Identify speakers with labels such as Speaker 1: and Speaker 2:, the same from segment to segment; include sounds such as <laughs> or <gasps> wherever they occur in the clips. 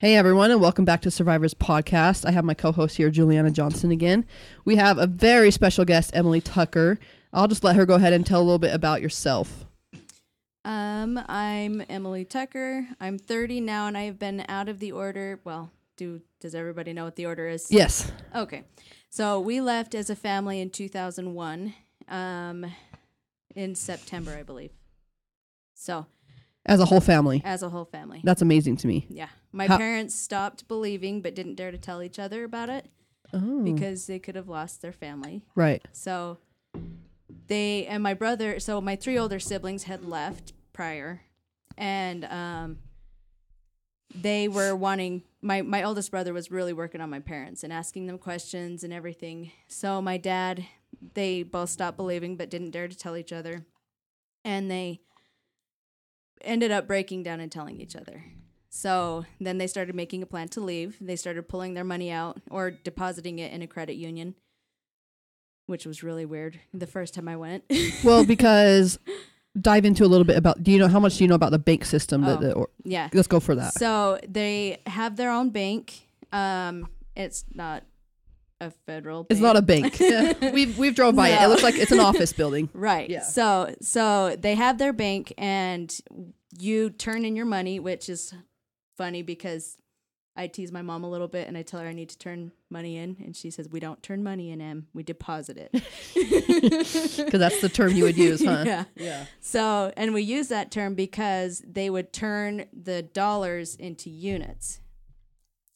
Speaker 1: Hey everyone, and welcome back to Survivors Podcast. I have my co-host here, Juliana Johnson, again. We have a very special guest, Emily Tucker. I'll just let her go ahead and tell a little bit about yourself.
Speaker 2: Um, I'm Emily Tucker. I'm 30 now, and I have been out of the order. Well, do does everybody know what the order is?
Speaker 1: Yes.
Speaker 2: Okay, so we left as a family in 2001, um, in September, I believe. So
Speaker 1: As a whole family.
Speaker 2: as a whole family,
Speaker 1: That's amazing to me.
Speaker 2: yeah, my
Speaker 1: How-
Speaker 2: parents stopped believing, but didn't dare to tell each other about it
Speaker 1: Oh.
Speaker 2: because they could have lost their family.
Speaker 1: right.
Speaker 2: So they and my brother, so my three older siblings had left prior, and um, they were wanting my my oldest brother was really working on my parents and asking them questions and everything. So my dad, they both stopped believing but didn't dare to tell each other, and they ended up breaking down and telling each other. So then they started making a plan to leave. They started pulling their money out or depositing it in a credit union which was really weird the first time I went.
Speaker 1: Well, because dive into a little bit about. Do you know how much do you know about the bank system? That
Speaker 2: Oh.
Speaker 1: the, or,
Speaker 2: yeah.
Speaker 1: let's go for that.
Speaker 2: So they have their own bank. Um, it's not a federal.
Speaker 1: It's
Speaker 2: bank.
Speaker 1: not a bank. <laughs> we've we've drove by it. It
Speaker 2: No.
Speaker 1: looks like it's an office building.
Speaker 2: Right.
Speaker 1: Yeah.
Speaker 2: So so they have their bank and you turn in your money, which is funny because I tease my mom a little bit and I tell her I need to turn money in and she says we don't turn money in M, we deposit it.
Speaker 1: Because that's the term you would use, huh?
Speaker 2: <laughs> Yeah.
Speaker 1: yeah.
Speaker 2: So, and we use that term because they would turn the dollars into units.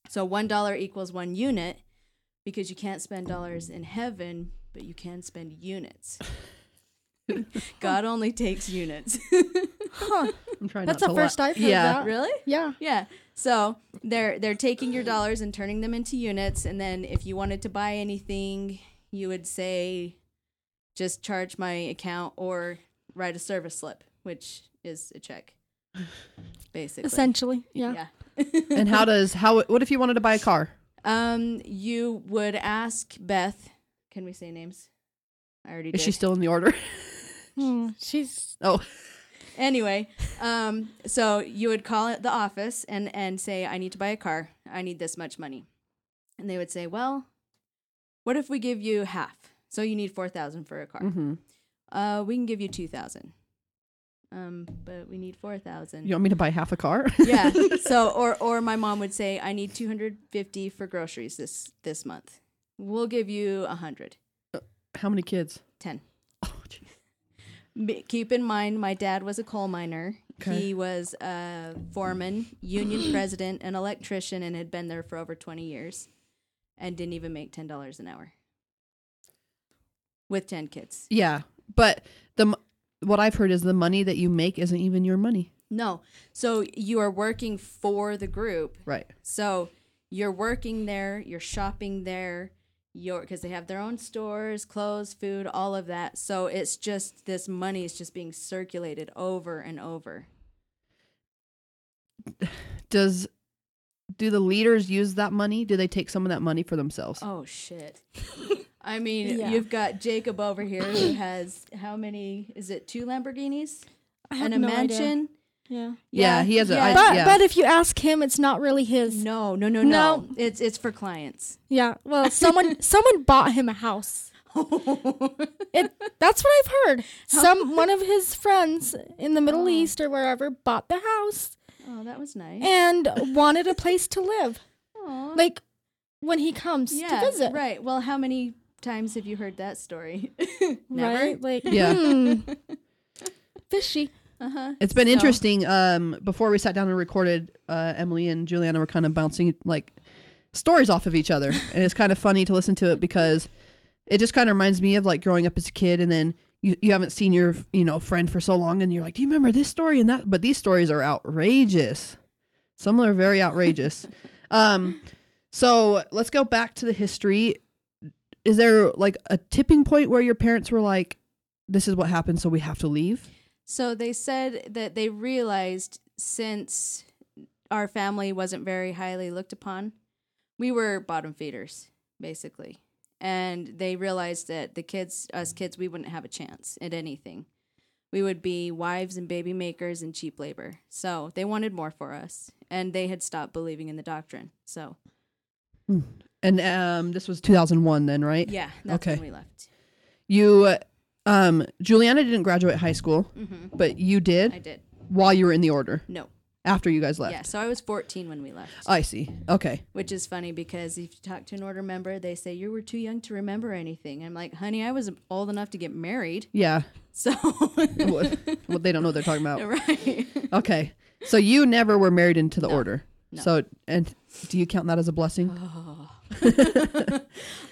Speaker 2: So $1 equals one unit because you can't spend dollars in heaven, but you can
Speaker 1: <laughs>
Speaker 2: spend units. God only takes units.
Speaker 1: I'm trying
Speaker 3: That's
Speaker 1: not
Speaker 3: the
Speaker 1: to la-
Speaker 3: first I've heard
Speaker 1: Yeah.
Speaker 2: <laughs>
Speaker 3: that.
Speaker 2: really?
Speaker 3: Yeah.
Speaker 2: Yeah. So they're they're taking your dollars and turning them into units, and then if you wanted to buy anything, you would say, just charge my account or write a service slip, which is a check, basically.
Speaker 3: Essentially. Yeah.
Speaker 2: Yeah. <laughs>
Speaker 1: And how does how? What if you wanted to buy a car?
Speaker 2: Um, you would ask Beth. Can we say names? I already did.
Speaker 1: Is she still in the order?
Speaker 3: Hmm, She's
Speaker 1: Oh,
Speaker 2: anyway, um, so you would call it the office and and say, "I need to buy a car. I need this much money," and they would say, "Well, what if we give you half? So you need four thousand for a car.
Speaker 1: mm-hmm.
Speaker 2: Uh, we can give you two thousand, um, but we need four thousand.
Speaker 1: you want me to buy half a car?
Speaker 2: <laughs>
Speaker 1: <laughs>
Speaker 2: yeah. So or or my mom would say, "I need two hundred fifty for groceries this this month. We'll give you a hundred.
Speaker 1: how many kids?
Speaker 2: Ten.
Speaker 1: Oh, geez.
Speaker 2: B- keep in mind my dad was a coal miner
Speaker 1: Okay.
Speaker 2: he was a foreman union president an electrician and had been there for over 20 years and didn't even make $10 an hour with 10 kids
Speaker 1: yeah. But the m- what I've heard is the money that you make isn't even your money.
Speaker 2: no so you are working for the group
Speaker 1: Right.
Speaker 2: so you're working there you're shopping there you're because they have their own stores clothes food all of that so it's just this money is just being circulated over and over
Speaker 1: Does do the leaders use that money? Do they take some of that money for themselves?
Speaker 2: Oh shit. I mean,
Speaker 3: Yeah.
Speaker 2: you've got Jacob over here who has how many is it two Lamborghinis
Speaker 3: I have
Speaker 2: and a
Speaker 3: no idea.
Speaker 2: mansion?
Speaker 3: Yeah.
Speaker 1: Yeah, he has a- I-
Speaker 3: But
Speaker 1: yeah.
Speaker 3: but if you ask him, it's not really his.
Speaker 2: no, no, no, no,
Speaker 3: <laughs> No.
Speaker 2: It's it's for clients.
Speaker 3: Yeah. Well, someone someone bought him a house. It that's what I've heard. Some one of his friends in the Middle East or wherever bought the house
Speaker 2: Oh, that was nice.
Speaker 3: and wanted a place to live.
Speaker 2: Aw.
Speaker 3: Like when he comes
Speaker 2: yeah,
Speaker 3: to visit.
Speaker 2: right. Well, how many times have you heard that story? <laughs> Never.
Speaker 3: Right? Like
Speaker 1: Yeah.
Speaker 3: hmm, fishy.
Speaker 2: Uh huh.
Speaker 1: It's been
Speaker 2: So-
Speaker 1: interesting. Um, before we sat down and recorded, uh, Emily and Juliana were kind of bouncing like stories off of each other, and it's kind of funny to listen to it because it just kind of reminds me of like growing up as a kid, and then you, you haven't seen your you know friend for so long, and you're like, do you remember this story and that? But these stories are outrageous. Some are very outrageous. um, so let's go back to the history. Is there like a tipping point where your parents were like, "This is what happened, so we have to leave"?
Speaker 2: So they said that they realized since our family wasn't very highly looked upon, we were bottom feeders, basically. And they realized that the kids, us kids, we wouldn't have a chance at anything. we would be wives and baby makers and cheap labor. So they wanted more for us, and they had stopped believing in the doctrine. So
Speaker 1: And um, this was 2001 then, right?
Speaker 2: yeah, that's
Speaker 1: Okay.
Speaker 2: when we left.
Speaker 1: You, uh, um, Juliana didn't graduate high school,
Speaker 2: hmm
Speaker 1: but you did
Speaker 2: I did
Speaker 1: while you were in the order
Speaker 2: no,
Speaker 1: after you guys left.
Speaker 2: yeah. So I was 14 when we left,
Speaker 1: I see. Okay.
Speaker 2: which is funny because if you talk to an order member, they say you were too young to remember anything. I'm like, honey, I was old enough to get married, <laughs>
Speaker 1: Yeah.
Speaker 2: so
Speaker 1: well, well, they don't know what they're talking about.
Speaker 2: right.
Speaker 1: Okay. So you never were married into the order.
Speaker 2: No. Uh,
Speaker 1: So and do you count that as a blessing?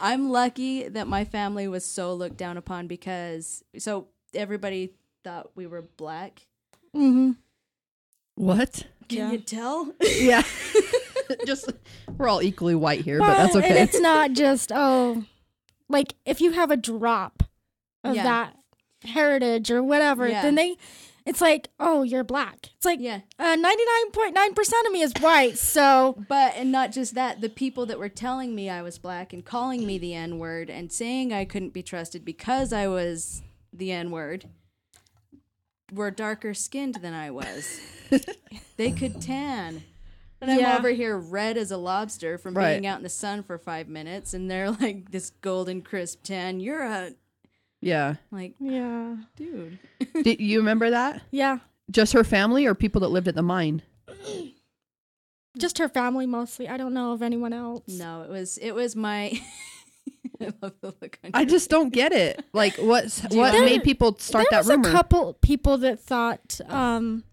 Speaker 2: I'm lucky that my family was so looked down upon because so everybody thought we were black.
Speaker 3: Mm-hmm.
Speaker 1: What?
Speaker 2: <laughs> Can
Speaker 3: Yeah.
Speaker 2: you tell?
Speaker 1: Yeah. <laughs> Just we're all equally white here, but that's
Speaker 3: And
Speaker 1: okay.
Speaker 3: it's not just oh, like if you have a drop of
Speaker 2: Yeah.
Speaker 3: that heritage or whatever,
Speaker 2: Yeah.
Speaker 3: then they, it's like oh, you're black. It's like
Speaker 2: yeah.
Speaker 3: ninety nine point nine percent of me is white, so
Speaker 2: But and not just that, the people that were telling me I was black and calling me the N word and saying I couldn't be trusted because I was the N word were darker skinned than I
Speaker 3: <laughs>
Speaker 2: was. they could tan. And I'm
Speaker 3: Yeah.
Speaker 2: over here red as a lobster from
Speaker 1: Right.
Speaker 2: being out in the sun for five minutes, and they're <laughs> like this golden crisp tan. You're a
Speaker 1: Yeah.
Speaker 2: like
Speaker 3: yeah,
Speaker 2: dude.
Speaker 1: Did you remember that?
Speaker 3: yeah.
Speaker 1: Just her family or people that lived at the mine?
Speaker 3: Just her family mostly. I don't know of anyone else.
Speaker 2: No, it was it was my. <laughs> I love the look on
Speaker 1: I
Speaker 2: your-
Speaker 1: just don't get
Speaker 2: <laughs>
Speaker 1: it. Like what's what
Speaker 3: There-
Speaker 1: made people start
Speaker 3: there
Speaker 1: that
Speaker 3: was
Speaker 1: rumor?
Speaker 3: a couple people that thought um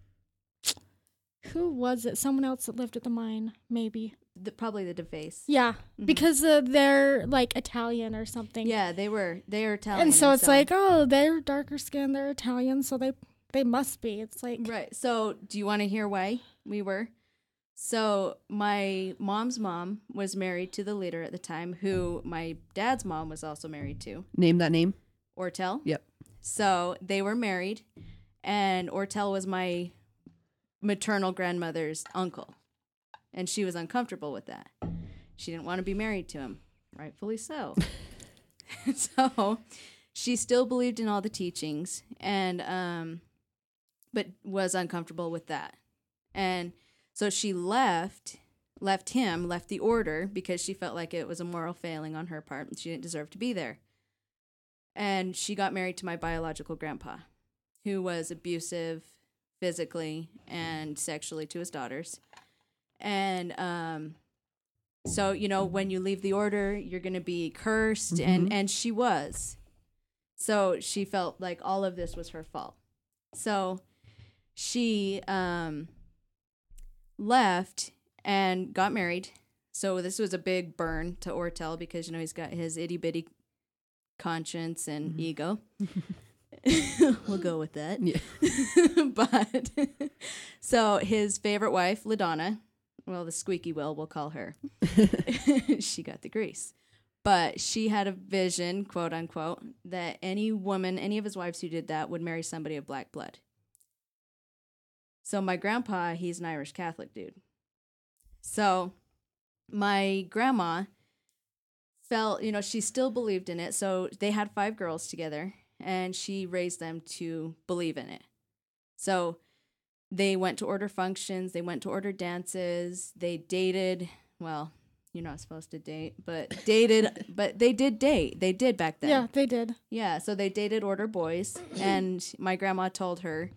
Speaker 3: who was it someone else that lived at the mine maybe
Speaker 2: the, probably the deface.
Speaker 3: yeah
Speaker 1: Mm-hmm.
Speaker 3: because uh, they're like italian or something
Speaker 2: Yeah, they were they are Italian,
Speaker 3: and so it's like oh they're darker skinned they're italian so they they must be it's like
Speaker 2: Right. So, do you want to hear why we were? So, my mom's mom was married to the leader at the time, who my dad's mom was also married to,
Speaker 1: Name that name.
Speaker 2: Ortel.
Speaker 1: Yep.
Speaker 2: So, they were married, and Ortel was my maternal grandmother's uncle. And she was uncomfortable with that. She didn't want to be married to him, rightfully so. <laughs> so, she still believed in all the teachings and um but was uncomfortable with that and so she left left him left the order because she felt like it was a moral failing on her part and she didn't deserve to be there and she got married to my biological grandpa who was abusive physically and sexually to his daughters and um so you know when you leave the order you're going to be cursed and and she was so she felt like all of this was her fault so she um left and got married so this was a big burn to ortel because you know he's got his itty-bitty conscience and ego <laughs> we'll go with that
Speaker 1: Yeah.
Speaker 2: <laughs> but so his favorite wife, Ladonna, well, the squeaky will, we'll call her. <laughs> she got the grease. But she had a vision, quote unquote, that any woman, any of his wives who did that would marry somebody of black blood. So my grandpa, he's an Irish Catholic dude. So my grandma felt, you know, she still believed in it. So they had five girls together and she raised them to believe in it. So they went to order functions, they went to order dances, they dated. Well, you're not supposed to date, but dated, but they did date. They did back then.
Speaker 3: yeah they did
Speaker 2: Yeah, so they dated order boys, and my grandma told her,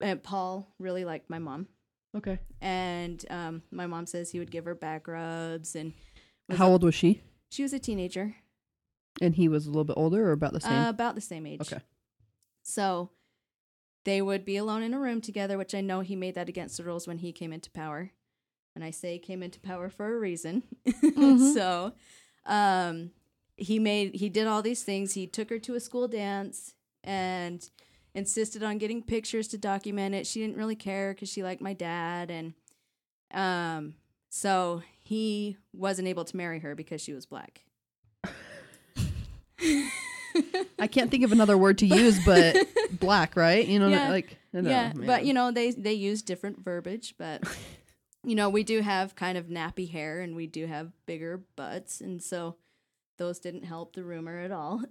Speaker 2: and Paul really liked my mom,
Speaker 1: Okay.
Speaker 2: and um, my mom says he would give her back rubs, and Was
Speaker 1: How old was she?
Speaker 2: she was a teenager,
Speaker 1: And he was a little bit older or about the same?
Speaker 2: uh, about the same age.
Speaker 1: okay.
Speaker 2: So they would be alone in a room together, which I know he made that against the rules when he came into power. And I say he came into power for a reason.
Speaker 1: Mm-hmm.
Speaker 2: <laughs> so um, he made he did all these things. He took her to a school dance and insisted on getting pictures to document it. She didn't really care because she liked my dad, and um, so he wasn't able to marry her because she was black.
Speaker 1: I can't think of another word to use
Speaker 2: <laughs>
Speaker 1: but black, right? You know
Speaker 2: Yeah.
Speaker 1: like I don't
Speaker 2: yeah,
Speaker 1: know,
Speaker 2: but
Speaker 1: man.
Speaker 2: you know they they use different verbiage,
Speaker 1: <laughs>
Speaker 2: but you know we do have kind of nappy hair and we do have bigger butts,
Speaker 1: <laughs>
Speaker 2: and so those didn't help the rumor <laughs> at all.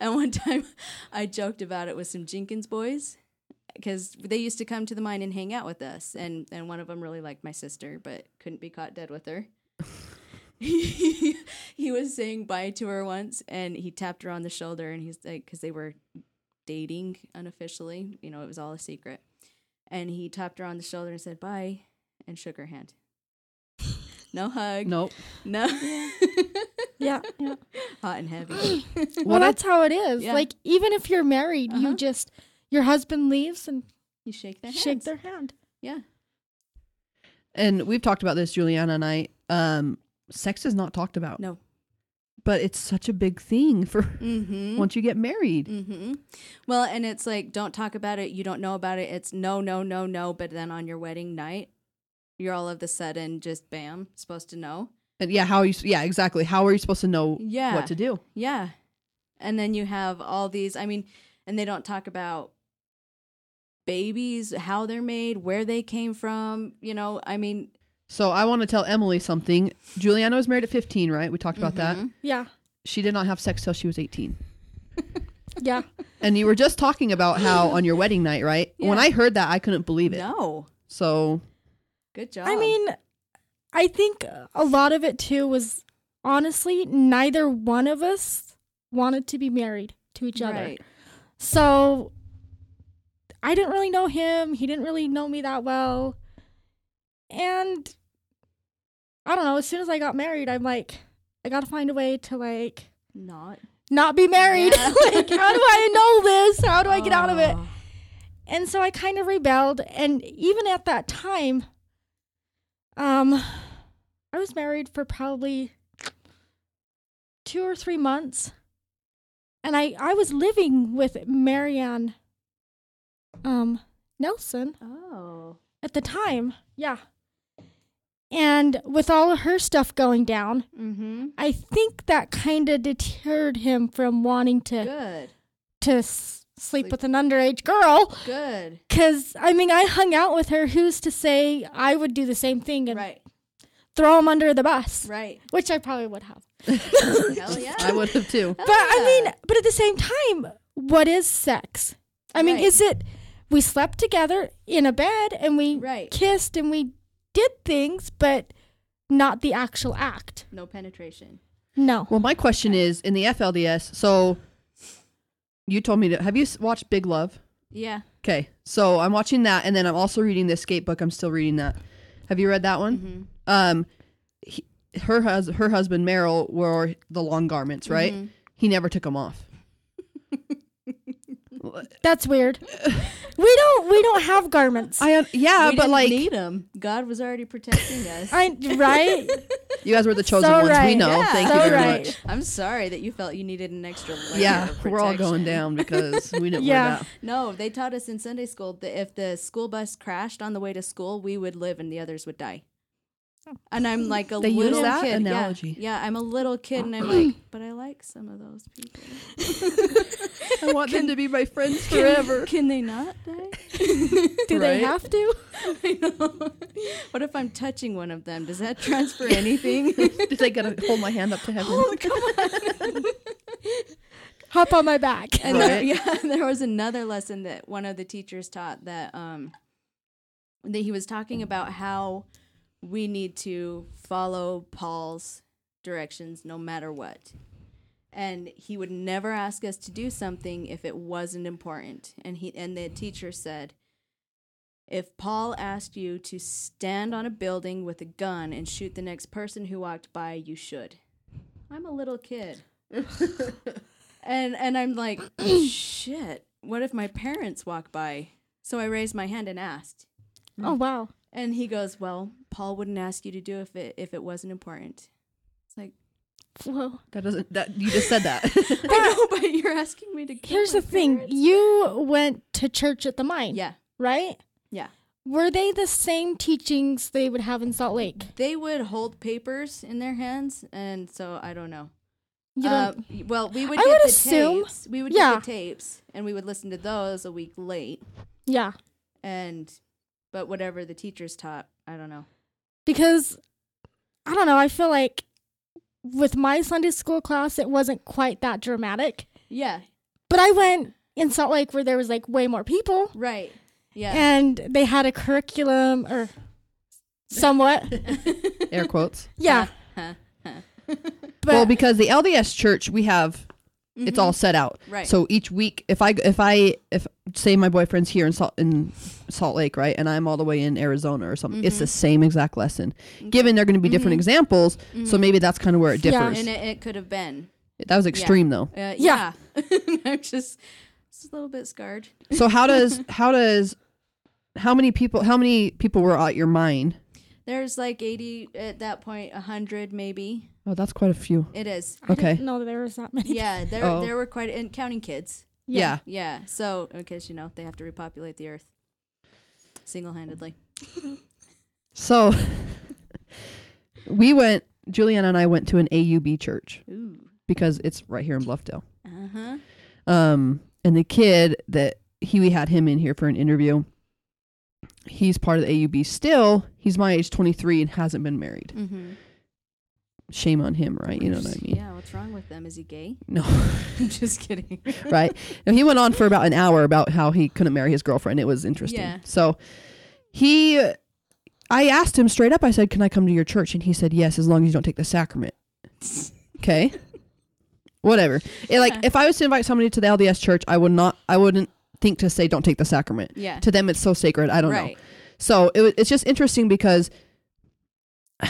Speaker 2: And one time I joked about it with some Jenkins boys because they used to come to the mine and hang out with us. And, and one of them really liked my sister, but couldn't be caught dead with her. <laughs> he, he was saying bye to her once and he tapped her on the shoulder and he's like, because they were dating unofficially, you know, it was all a secret. And he tapped her on the shoulder and said bye and shook her hand. No hug.
Speaker 1: Nope.
Speaker 2: No. <laughs>
Speaker 3: Yeah. yeah.
Speaker 2: Hot and <laughs> heavy.
Speaker 3: Well,
Speaker 1: What I-
Speaker 3: that's how it is.
Speaker 2: Yeah.
Speaker 3: Like even if you're married,
Speaker 2: Uh-huh.
Speaker 3: you just your husband leaves and
Speaker 2: You shake their hands.
Speaker 3: shake their hand.
Speaker 2: Yeah.
Speaker 1: And we've talked about this, Juliana and I. Um, sex is not talked about,
Speaker 2: No.
Speaker 1: but it's such a big thing for
Speaker 2: Mm-hmm.
Speaker 1: once you get married.
Speaker 2: Mm-hmm. Well, and it's like, don't talk about it. You don't know about it. It's no, no, no, no. But then on your wedding night, you're all of the sudden just bam, supposed to know.
Speaker 1: And yeah, how are you? Yeah, exactly. How are you supposed to know
Speaker 2: Yeah.
Speaker 1: what to do?
Speaker 2: Yeah. And then you have all these, I mean, and they don't talk about babies, how they're made, where they came from. You know, I mean,
Speaker 1: So I want to tell Emily something. Juliana was married at 15, right? We talked about
Speaker 2: Mm-hmm.
Speaker 1: that.
Speaker 3: Yeah.
Speaker 1: She did not have sex till she was 18.
Speaker 2: <laughs>
Speaker 3: Yeah.
Speaker 1: And you were just talking about how on your wedding night, right? When
Speaker 2: Yeah.
Speaker 1: I heard that, I couldn't believe it.
Speaker 2: no.
Speaker 1: So
Speaker 2: Good job.
Speaker 3: I mean, I think a lot of it too was honestly neither one of us wanted to be married to each other.
Speaker 2: Right.
Speaker 3: So I didn't really know him. He didn't really know me that well. And I don't know, as soon as I got married, I'm like I got to find a way to like
Speaker 2: Not.
Speaker 3: not be married.
Speaker 2: Yeah.
Speaker 3: <laughs> like how do I know this? How do I get out of it?
Speaker 2: Oh.
Speaker 3: and so I kind of rebelled. And even at that time, um, I was married for probably two or three months, and I I was living with Marianne, um, Nelson
Speaker 2: Oh.
Speaker 3: at the time. Yeah. And with all of her stuff going down,
Speaker 2: Mm-hmm.
Speaker 3: I think that kind of deterred him from wanting to
Speaker 2: Good.
Speaker 3: to s- sleep with an underage girl.
Speaker 2: Good.
Speaker 3: Because, I mean, I hung out with her. Who's to say I would do the same thing and
Speaker 2: Right.
Speaker 3: throw him under the bus?
Speaker 1: <coughs>
Speaker 2: Right.
Speaker 3: Which I probably would have.
Speaker 2: Hell yeah.
Speaker 1: I would have
Speaker 3: <laughs>
Speaker 2: Oh,
Speaker 1: too.
Speaker 3: But, I mean, but at the same time, what is sex? I mean,
Speaker 2: Right.
Speaker 3: is it we slept together in a bed and we
Speaker 2: Right.
Speaker 3: kissed and we did things, but not the actual act?
Speaker 2: no penetration.
Speaker 3: No.
Speaker 1: Well, my question is in the FLDS. So you told me to have you s- watched Big Love?
Speaker 2: Yeah.
Speaker 1: Okay, so I'm watching that, and then I'm also reading the escape book. I'm still reading that. Have you read that one?
Speaker 3: Mm-hmm.
Speaker 1: Um, he, her hus- her husband Meryl wore the long garments, right?
Speaker 3: Mm-hmm.
Speaker 1: He never took them off.
Speaker 2: <laughs>
Speaker 3: That's weird. we don't we don't have garments. I,
Speaker 1: I yeah,
Speaker 2: we
Speaker 1: Uh, but
Speaker 2: didn't
Speaker 1: like
Speaker 2: need 'em. God was already protecting us. <laughs>
Speaker 3: right?
Speaker 1: you guys were the chosen
Speaker 3: So
Speaker 1: ones. We
Speaker 3: right.
Speaker 1: know. <laughs>
Speaker 2: Yeah.
Speaker 1: Thank you
Speaker 3: So
Speaker 1: very
Speaker 3: right.
Speaker 1: much.
Speaker 2: I'm sorry that you felt you needed an extra layer.
Speaker 1: Yeah,
Speaker 2: of
Speaker 1: we're all going
Speaker 2: protection.
Speaker 1: down because we
Speaker 3: <laughs>
Speaker 1: didn't
Speaker 3: Yeah.
Speaker 1: wear that.
Speaker 2: No, they taught us in Sunday school that if the school bus crashed on the way to school, we would live and the others would die. And I'm like a
Speaker 1: They use
Speaker 2: little
Speaker 1: that
Speaker 2: kid. Yeah.
Speaker 1: analogy.
Speaker 2: Yeah, I'm a little kid, and
Speaker 1: <clears throat>
Speaker 2: I'm like, but I like some of those people.
Speaker 1: I want them to be my friends forever.
Speaker 2: Can they not die?
Speaker 3: <laughs>
Speaker 2: <laughs>
Speaker 3: Do they
Speaker 1: Right? <laughs>
Speaker 3: have to?
Speaker 2: I know. <laughs> What if I'm touching one of them? Does that
Speaker 1: <laughs>
Speaker 2: transfer anything?
Speaker 1: Did they gotta hold my hand up to heaven?
Speaker 3: Oh Hop on my
Speaker 2: <laughs>
Speaker 3: back.
Speaker 2: And there,
Speaker 1: Right.
Speaker 2: yeah, there was another lesson that one of the teachers taught that um that he was talking about how we need to follow Paul's directions no matter what. And he would never ask us to do something if it wasn't important. And he and the teacher said if Paul asked you to stand on a building with a gun and shoot the next person who walked by, you should. I'm a little kid. And and I'm like, shit. What if my parents walk by? So I raised my hand and asked. Mm.
Speaker 3: Oh wow.
Speaker 2: And he goes, "Well, Paul wouldn't ask you to do if it if it wasn't important." It's like, <laughs>
Speaker 3: Whoa.
Speaker 1: That doesn't. That you just said
Speaker 3: <laughs>
Speaker 1: that.
Speaker 2: I know, but you're asking me to. kill
Speaker 3: Here's
Speaker 2: my
Speaker 3: the thing.
Speaker 2: parents."
Speaker 3: You went to church at the mine,
Speaker 2: Yeah,
Speaker 3: right?
Speaker 2: yeah.
Speaker 3: Were they the same teachings they would have in Salt Lake?
Speaker 2: They would hold papers in their hands, and so I don't know.
Speaker 3: You
Speaker 2: Uh,
Speaker 3: don't-
Speaker 2: well, we would.
Speaker 3: I
Speaker 2: get
Speaker 3: would
Speaker 2: the
Speaker 3: assume-
Speaker 2: Tapes. We would
Speaker 3: yeah.
Speaker 2: get the tapes, and we would listen to those a week late.
Speaker 3: yeah.
Speaker 2: And, but whatever the teachers taught, I don't know.
Speaker 3: Because I don't know, I feel like with my Sunday school class it wasn't quite that dramatic.
Speaker 2: Yeah.
Speaker 3: But I went in Salt Lake where there was like way more people
Speaker 2: Right. Yeah.
Speaker 3: and they had a curriculum or somewhat.
Speaker 2: <laughs>
Speaker 1: Air quotes.
Speaker 3: yeah.
Speaker 2: Huh.
Speaker 3: But Mm-hmm.
Speaker 1: well, because the LDS church we have it's
Speaker 2: Mhm.
Speaker 1: all set out.
Speaker 2: Right.
Speaker 1: So each week, if I if I if say my boyfriend's here in Salt in Salt Lake, right, and I'm all the way in Arizona or something, it's the
Speaker 3: Mm-hmm.
Speaker 1: same exact lesson. Given they're going to be different examples, so maybe that's kind of where it
Speaker 3: Mm-hmm. Yeah.
Speaker 1: differs.
Speaker 2: and it, it could have been.
Speaker 1: that was extreme though.
Speaker 2: Uh, yeah. <laughs>
Speaker 3: Yeah.
Speaker 2: I'm just, just a little bit scarred.
Speaker 1: So how does how does how many people how many people were at your mine?
Speaker 2: There's like 80 at that point, 100 maybe.
Speaker 1: Oh, that's quite a few.
Speaker 2: It is.
Speaker 3: I
Speaker 1: Okay.
Speaker 3: didn't know there was that
Speaker 1: <laughs>
Speaker 3: many.
Speaker 2: Yeah, there
Speaker 1: Oh.
Speaker 2: there were quite and counting kids.
Speaker 1: Yeah.
Speaker 2: Yeah, so because you know they have to repopulate the earth single-handedly.
Speaker 1: So we went. Juliana and I went to an AUB church
Speaker 2: Ooh.
Speaker 1: because it's right here in Bluffdale.
Speaker 2: Uh huh.
Speaker 1: Um, and the kid that he we had him in here for an interview. He's part of the AUB still. He's my age, twenty three, and hasn't been married.
Speaker 2: Mm-hmm.
Speaker 1: Shame on him, right? You know what I mean?
Speaker 2: Yeah. What's wrong with them? Is he gay?
Speaker 1: <laughs> No,
Speaker 2: <laughs> I'm
Speaker 1: <laughs>
Speaker 2: just kidding. <laughs>
Speaker 1: right? And he went on for about an hour about how he couldn't marry his girlfriend. It was interesting.
Speaker 2: Yeah.
Speaker 1: So he, I asked him straight up. I said, "Can I come to your church?" And he said, "Yes, as long as you don't take the sacrament." Okay. Whatever. It, like,
Speaker 2: Yeah.
Speaker 1: if I was to invite somebody to the LDS church, I would not. I wouldn't think to say, "Don't take the sacrament."
Speaker 2: Yeah.
Speaker 1: To them, it's so sacred. I don't know.
Speaker 2: right.
Speaker 1: So it, wa- it's just interesting because <sighs>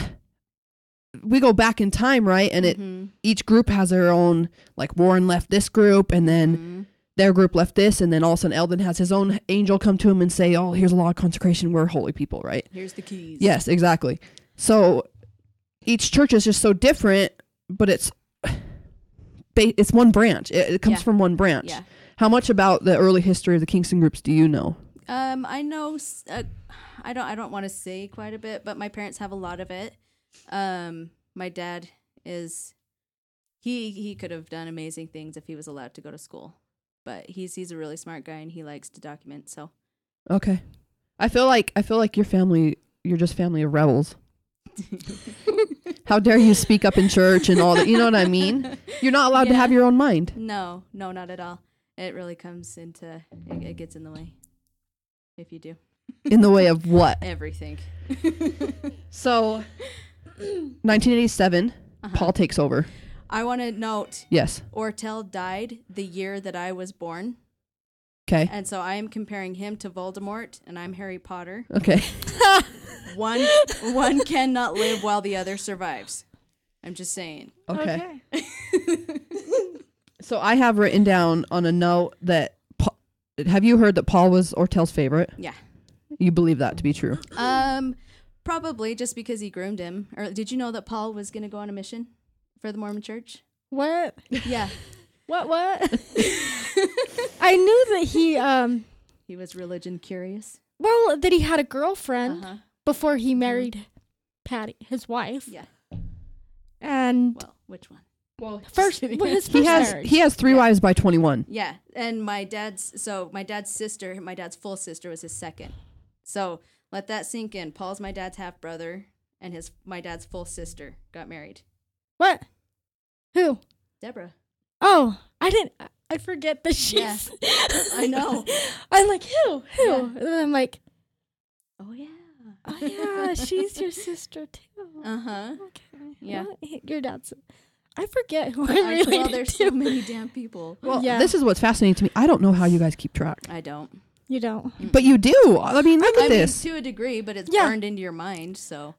Speaker 1: we go back in time, right? And it
Speaker 2: Mhm.
Speaker 1: each group has their own. Like Warren left this group, and then
Speaker 2: Mhm.
Speaker 1: their group left this, and then all of a sudden Eldon has his own angel come to him and say, "Oh, here's a law of consecration. We're holy people, right?"
Speaker 2: Here's the keys.
Speaker 1: Yes, exactly. So each church is just so different, but it's ba- it's one branch. It, it comes
Speaker 2: Yeah.
Speaker 1: from one branch.
Speaker 2: Yeah.
Speaker 1: How much about the early history of the Kingston groups do you know?
Speaker 2: Um, I know. s- Uh, I don't. I don't want to say quite a bit, but my parents have a lot of it. Um, my dad is. He he could have done amazing things if he was allowed to go to school, but he's he's a really smart guy and he likes to document. So
Speaker 1: Okay, I feel like I feel like your family. You're just family of rebels. How dare you speak up in church and all that? You know what I mean? You're not allowed to
Speaker 2: Yeah.
Speaker 1: have your own mind.
Speaker 2: <laughs> no, no, not at all. It really comes into it, it gets in the way. If you do
Speaker 1: In the way of what?
Speaker 2: everything, <laughs>
Speaker 1: So, 1987,
Speaker 2: Uh-huh.
Speaker 1: Paul takes over.
Speaker 2: I want to note
Speaker 1: Yes.
Speaker 2: Ortel died the year that I was born.
Speaker 1: Okay.
Speaker 2: And so I am comparing him to Voldemort, and I'm Harry Potter.
Speaker 1: Okay.
Speaker 2: One one cannot live while the other survives. I'm just saying.
Speaker 1: Okay. So I have written down on a note that Paul, have you heard that Paul was Ortel's favorite?
Speaker 2: Yeah.
Speaker 1: You believe that to be true?
Speaker 2: Um, probably just because he groomed him. Or did you know that Paul was going to go on a mission for the Mormon Church?
Speaker 3: What?
Speaker 2: Yeah,
Speaker 3: What? What? I knew that he, um,
Speaker 2: he was religion curious.
Speaker 3: well, that he had a girlfriend
Speaker 2: Uh-huh.
Speaker 3: before he married Patty, his wife.
Speaker 2: Yeah.
Speaker 3: And
Speaker 2: Well, which one? <laughs>
Speaker 1: Well,
Speaker 3: first,
Speaker 2: kidding.
Speaker 3: well, his first
Speaker 1: he has
Speaker 3: marriage.
Speaker 1: he has three wives by 21.
Speaker 2: Yeah, and my dad's so my dad's sister, my dad's full sister was his second. So let that sink in. Paul's my dad's half brother, and his my dad's full sister got married.
Speaker 3: what? Who?
Speaker 2: Deborah.
Speaker 3: Oh, I didn't. I forget that
Speaker 2: Yeah.
Speaker 3: she's.
Speaker 2: I know.
Speaker 3: <laughs> I'm like, who? Who? And then I'm like,
Speaker 2: Oh yeah. <laughs>
Speaker 3: oh yeah, she's your sister too.
Speaker 2: Uh huh.
Speaker 3: Okay.
Speaker 2: yeah.
Speaker 3: Well, your dad's. I forget who I'm
Speaker 2: <laughs> I-
Speaker 3: related
Speaker 2: well, there's <laughs>
Speaker 3: to.
Speaker 2: so many damn people.
Speaker 1: Well,
Speaker 3: Yeah.
Speaker 1: this is what's fascinating to me. I don't know how you guys keep track,
Speaker 2: I don't.
Speaker 3: You don't.
Speaker 1: but you do. I mean, look
Speaker 2: I
Speaker 1: at this.
Speaker 2: mean, to a degree, but it's
Speaker 3: Yeah.
Speaker 2: burned into your mind. So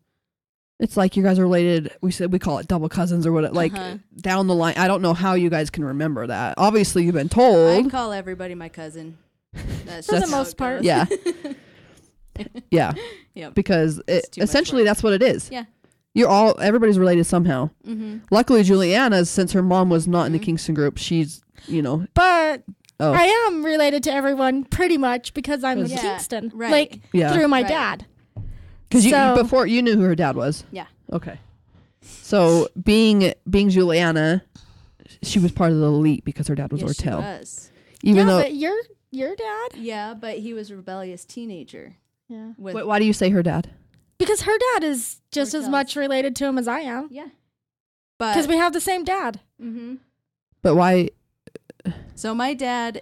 Speaker 1: it's like you guys are related. We said we call it double cousins or what. Like
Speaker 2: Uh-huh.
Speaker 1: down the line, I don't know how you guys can remember that. Obviously, you've been told.
Speaker 2: I call everybody my
Speaker 1: <laughs>
Speaker 2: cousin. That's
Speaker 1: For the
Speaker 2: just how
Speaker 3: most
Speaker 2: it
Speaker 3: part.
Speaker 2: goes. <laughs>
Speaker 1: yeah, yeah.
Speaker 2: Yep.
Speaker 1: because it,
Speaker 2: too much
Speaker 1: essentially
Speaker 2: work.
Speaker 1: that's what it is.
Speaker 2: Yeah.
Speaker 1: You're all everybody's related somehow.
Speaker 2: Mm-hmm.
Speaker 1: Luckily, Juliana's since her mom was not in the Kingston group, she's you know
Speaker 3: But
Speaker 1: oh
Speaker 3: I am related to everyone pretty much because I'm a
Speaker 2: Yeah,
Speaker 3: Kingston,
Speaker 2: right.
Speaker 3: like
Speaker 1: Yeah.
Speaker 3: through my
Speaker 2: Right.
Speaker 3: dad.
Speaker 1: because you
Speaker 3: so-
Speaker 1: before you knew who her dad was.
Speaker 2: Yeah.
Speaker 1: Okay. So being being Juliana, she was part of the elite because her dad was
Speaker 2: Yes, she
Speaker 1: Ortel.
Speaker 2: was.
Speaker 1: Even
Speaker 3: yeah,
Speaker 1: though
Speaker 3: but your your dad.
Speaker 2: Yeah, but he was a rebellious teenager.
Speaker 3: Yeah.
Speaker 2: With
Speaker 1: Wait, why do you say her dad?
Speaker 3: Because her dad is just as
Speaker 2: Ortel's.
Speaker 3: much related to him as I am.
Speaker 2: yeah, but
Speaker 3: Because we have the same dad.
Speaker 2: mm-hmm.
Speaker 1: But why?
Speaker 2: So my dad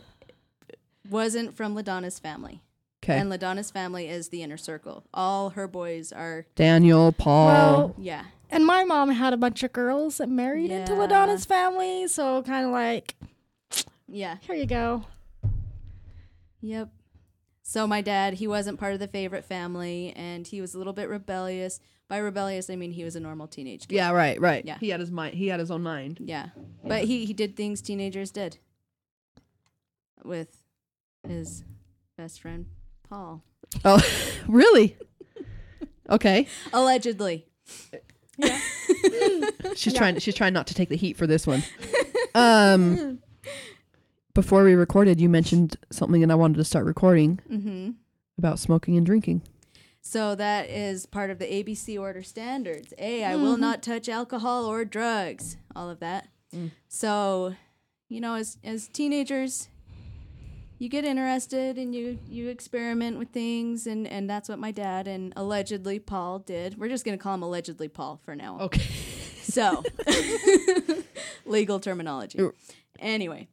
Speaker 2: wasn't from Ladonna's family,
Speaker 1: Okay.
Speaker 2: and Ladonna's family is the inner circle. All her boys are
Speaker 1: Daniel, Paul.
Speaker 3: Well,
Speaker 2: yeah.
Speaker 3: and my mom had a bunch of girls that married into
Speaker 2: Yeah.
Speaker 3: Ladonna's family, so kind of like,
Speaker 2: Yeah.
Speaker 3: here you go.
Speaker 2: Yep. So my dad, he wasn't part of the favorite family, and he was a little bit rebellious. By rebellious, I mean he was a normal teenage kid.
Speaker 1: yeah, right, right.
Speaker 2: Yeah.
Speaker 1: He had his mind. He had his own
Speaker 2: <laughs>
Speaker 1: mind.
Speaker 2: Yeah. But he, he did things teenagers did with his best friend, Paul.
Speaker 1: Oh, really? Okay.
Speaker 2: Allegedly.
Speaker 1: She's trying. She's trying not to take the heat for this one. Um, before we recorded, you mentioned something, and I wanted to start recording
Speaker 2: hmm
Speaker 1: about smoking and drinking.
Speaker 2: So that is part of the ABC order standards. A, I will not touch alcohol or drugs, all of that. So, you know, as as teenagers, you get interested and you you experiment with things and and that's what my dad and allegedly Paul did. We're just going to call him allegedly Paul for now.
Speaker 1: Okay.
Speaker 2: So, <laughs> legal terminology.
Speaker 1: Ooh.
Speaker 2: Anyway,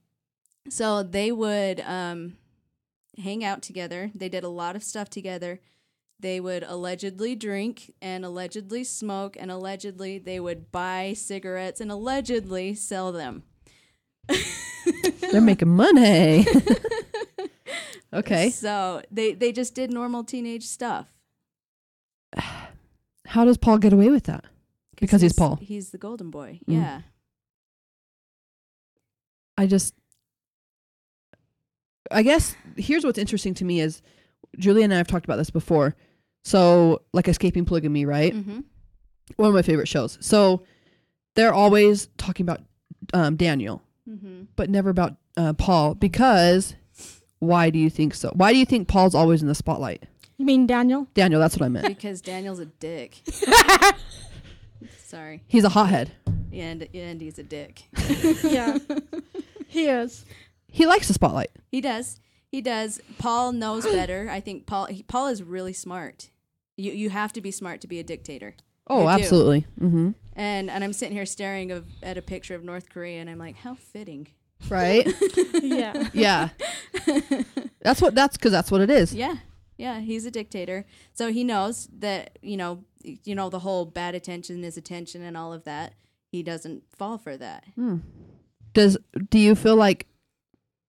Speaker 2: so they would um, hang out together. They did a lot of stuff together. They would allegedly drink and allegedly smoke, and allegedly they would buy cigarettes and allegedly sell them.
Speaker 1: They're making money. <laughs> okay.
Speaker 2: So they, they just did normal teenage stuff.
Speaker 1: How does Paul get away with that? Because he's Paul.
Speaker 2: He's the golden boy.
Speaker 1: Mm.
Speaker 2: Yeah.
Speaker 1: I just I guess here's what's interesting to me is Julia and I have talked about this before. So like escaping polygamy, right?
Speaker 2: Mm-hmm.
Speaker 1: One of my favorite shows. So they're always talking about um, Daniel,
Speaker 2: Mm-hmm.
Speaker 1: but never about uh, Paul because why do you think so? Why do you think Paul's always in the spotlight?
Speaker 3: You mean Daniel?
Speaker 1: Daniel, that's what I meant.
Speaker 2: Because Daniel's
Speaker 1: <laughs>
Speaker 2: a dick. Sorry.
Speaker 1: He's a hothead.
Speaker 2: And, and he's a dick. <laughs>
Speaker 3: yeah, he is.
Speaker 1: He likes the spotlight.
Speaker 2: He does. He does. Paul knows better. I think Paul he, Paul is really smart. You you have to be smart to be a dictator.
Speaker 1: Oh,
Speaker 2: You do.
Speaker 1: absolutely. Mm-hmm.
Speaker 2: And and I'm sitting here staring of, at a picture of North Korea and I'm like, how fitting. <laughs>
Speaker 1: Right?
Speaker 3: Yeah.
Speaker 1: yeah. That's what that's cuz that's what it is.
Speaker 2: Yeah. Yeah, he's a dictator. So he knows that, you know, you know the whole bad attention is attention and all of that. He doesn't fall for that.
Speaker 1: Does do you feel like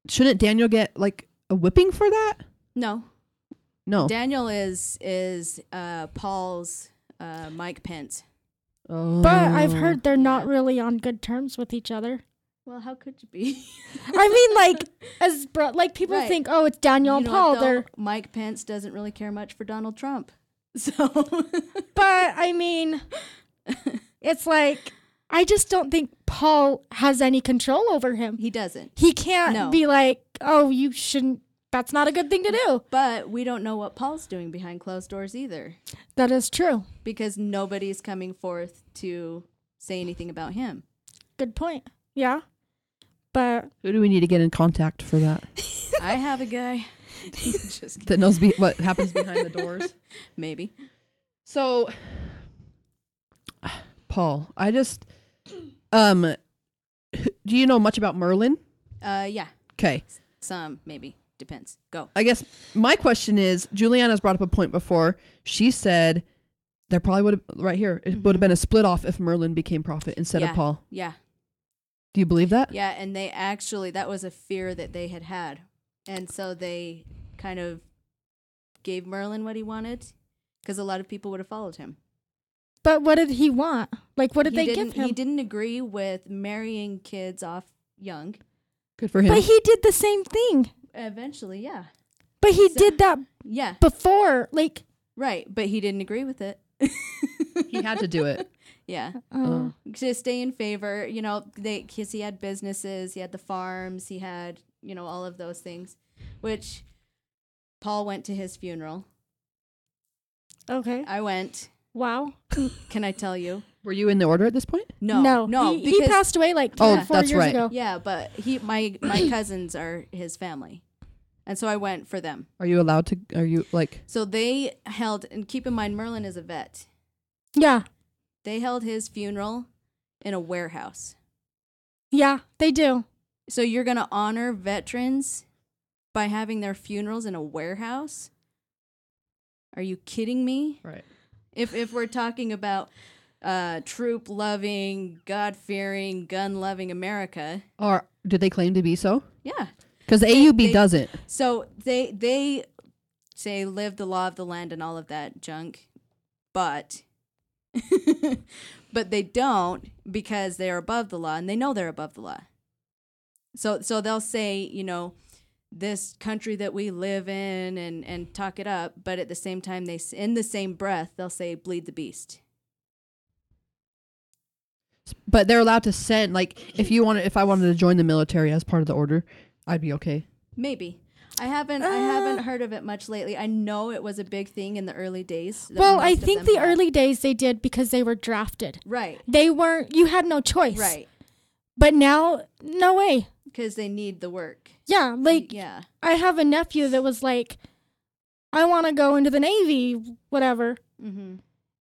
Speaker 1: shouldn't Daniel get like a whipping for that?
Speaker 2: No.
Speaker 1: No.
Speaker 2: Daniel is is uh Paul's uh Mike Pence.
Speaker 1: oh.
Speaker 3: But I've heard they're not really on good terms with each other.
Speaker 2: Well, how could you be?
Speaker 3: I mean, like
Speaker 2: <laughs>
Speaker 3: as bro- like people
Speaker 2: Right.
Speaker 3: think, oh, it's Daniel
Speaker 2: You
Speaker 3: and
Speaker 2: know
Speaker 3: Paul.
Speaker 2: what, though?
Speaker 3: They're
Speaker 2: Mike Pence doesn't really care much for Donald Trump. <laughs> So
Speaker 3: but I mean, it's like I just don't think Paul has any control over him.
Speaker 2: he doesn't.
Speaker 3: He can't
Speaker 2: No.
Speaker 3: be like, oh, you shouldn't. That's not a good thing to do.
Speaker 2: But we don't know what Paul's doing behind closed doors either
Speaker 3: That is true.
Speaker 2: because nobody's coming forth to say anything about him.
Speaker 3: Good point. Yeah, but
Speaker 1: Who do we need to get in contact for that?
Speaker 2: I have a guy. <laughs> Just kidding.
Speaker 1: That knows be- what happens behind the
Speaker 2: <laughs>
Speaker 1: doors.
Speaker 2: Maybe.
Speaker 1: So Paul, I just um do you know much about Merlin?
Speaker 2: Uh, yeah.
Speaker 1: Okay.
Speaker 2: Some, maybe. Depends. Go.
Speaker 1: I guess my question is Juliana's brought up a point before. She said there probably would have right here. It would have been a split off if Merlin became prophet instead
Speaker 2: Mm-hmm. Yeah.
Speaker 1: of Paul.
Speaker 2: Yeah.
Speaker 1: Do you believe that?
Speaker 2: Yeah. And they actually, that was a fear that they had had. And so they kind of gave Merlin what he wanted because a lot of people would have followed him.
Speaker 3: but what did he want? Like, what did
Speaker 2: he
Speaker 3: they
Speaker 2: didn't,
Speaker 3: give him?
Speaker 2: He didn't agree with marrying kids off young.
Speaker 1: Good for him.
Speaker 3: But he did the same thing.
Speaker 2: Eventually, yeah.
Speaker 3: But he did that
Speaker 2: Yeah,
Speaker 3: before. Like,
Speaker 2: right. But he didn't agree with it.
Speaker 1: he had to do it.
Speaker 2: <laughs> Yeah.
Speaker 1: Mm.
Speaker 3: oh,
Speaker 2: To stay in favor, you know, they because he had businesses, he had the farms, he had, you know, all of those things, which Paul went to his funeral.
Speaker 3: okay.
Speaker 2: I went.
Speaker 3: Wow.
Speaker 2: Can I tell you?
Speaker 1: Were you in the order at this point?
Speaker 2: No. No.
Speaker 3: He, he
Speaker 2: because,
Speaker 3: passed away like three
Speaker 1: Oh,
Speaker 3: or four
Speaker 1: that's
Speaker 3: years
Speaker 1: right.
Speaker 3: ago.
Speaker 2: Yeah, but he my my cousins are his family. And so I went for them.
Speaker 1: Are you allowed to? Are you like?
Speaker 2: So they held and keep in mind Merlin is a vet.
Speaker 3: Yeah.
Speaker 2: They held his funeral in a warehouse.
Speaker 3: Yeah, they do.
Speaker 2: So you're going to honor veterans by having their funerals in a warehouse? Are you kidding me?
Speaker 1: Right.
Speaker 2: If if we're talking about uh, troop loving, God fearing, gun loving America,
Speaker 1: Or did they claim to be so?
Speaker 2: yeah.
Speaker 1: Because the
Speaker 2: They-
Speaker 1: AUB
Speaker 2: they-
Speaker 1: doesn't.
Speaker 2: So they they say live the law of the land and all of that junk, but <laughs> but they don't because they are above the law and they know they're above the law. So so they'll say, you know, this country that we live in and and talk it up, but at the same time they s- in the same breath they'll say bleed the beast.
Speaker 1: But they're allowed to send. Like if you wanted, if I wanted to join the military as part of the order, I'd be okay.
Speaker 2: Maybe. I haven't I
Speaker 3: Uh.
Speaker 2: haven't heard of it much lately. I know it was a big thing in the early days. that
Speaker 3: Well,
Speaker 2: most
Speaker 3: I
Speaker 2: of
Speaker 3: think
Speaker 2: them
Speaker 3: the
Speaker 2: had.
Speaker 3: early days they did because they were drafted.
Speaker 2: Right.
Speaker 3: They weren't. You had no choice.
Speaker 2: Right.
Speaker 3: But now, no way.
Speaker 2: Because they need the work.
Speaker 3: Yeah. Like
Speaker 2: yeah.
Speaker 3: I have a nephew that was like, I want to go into the navy, whatever.
Speaker 2: Mm-hmm.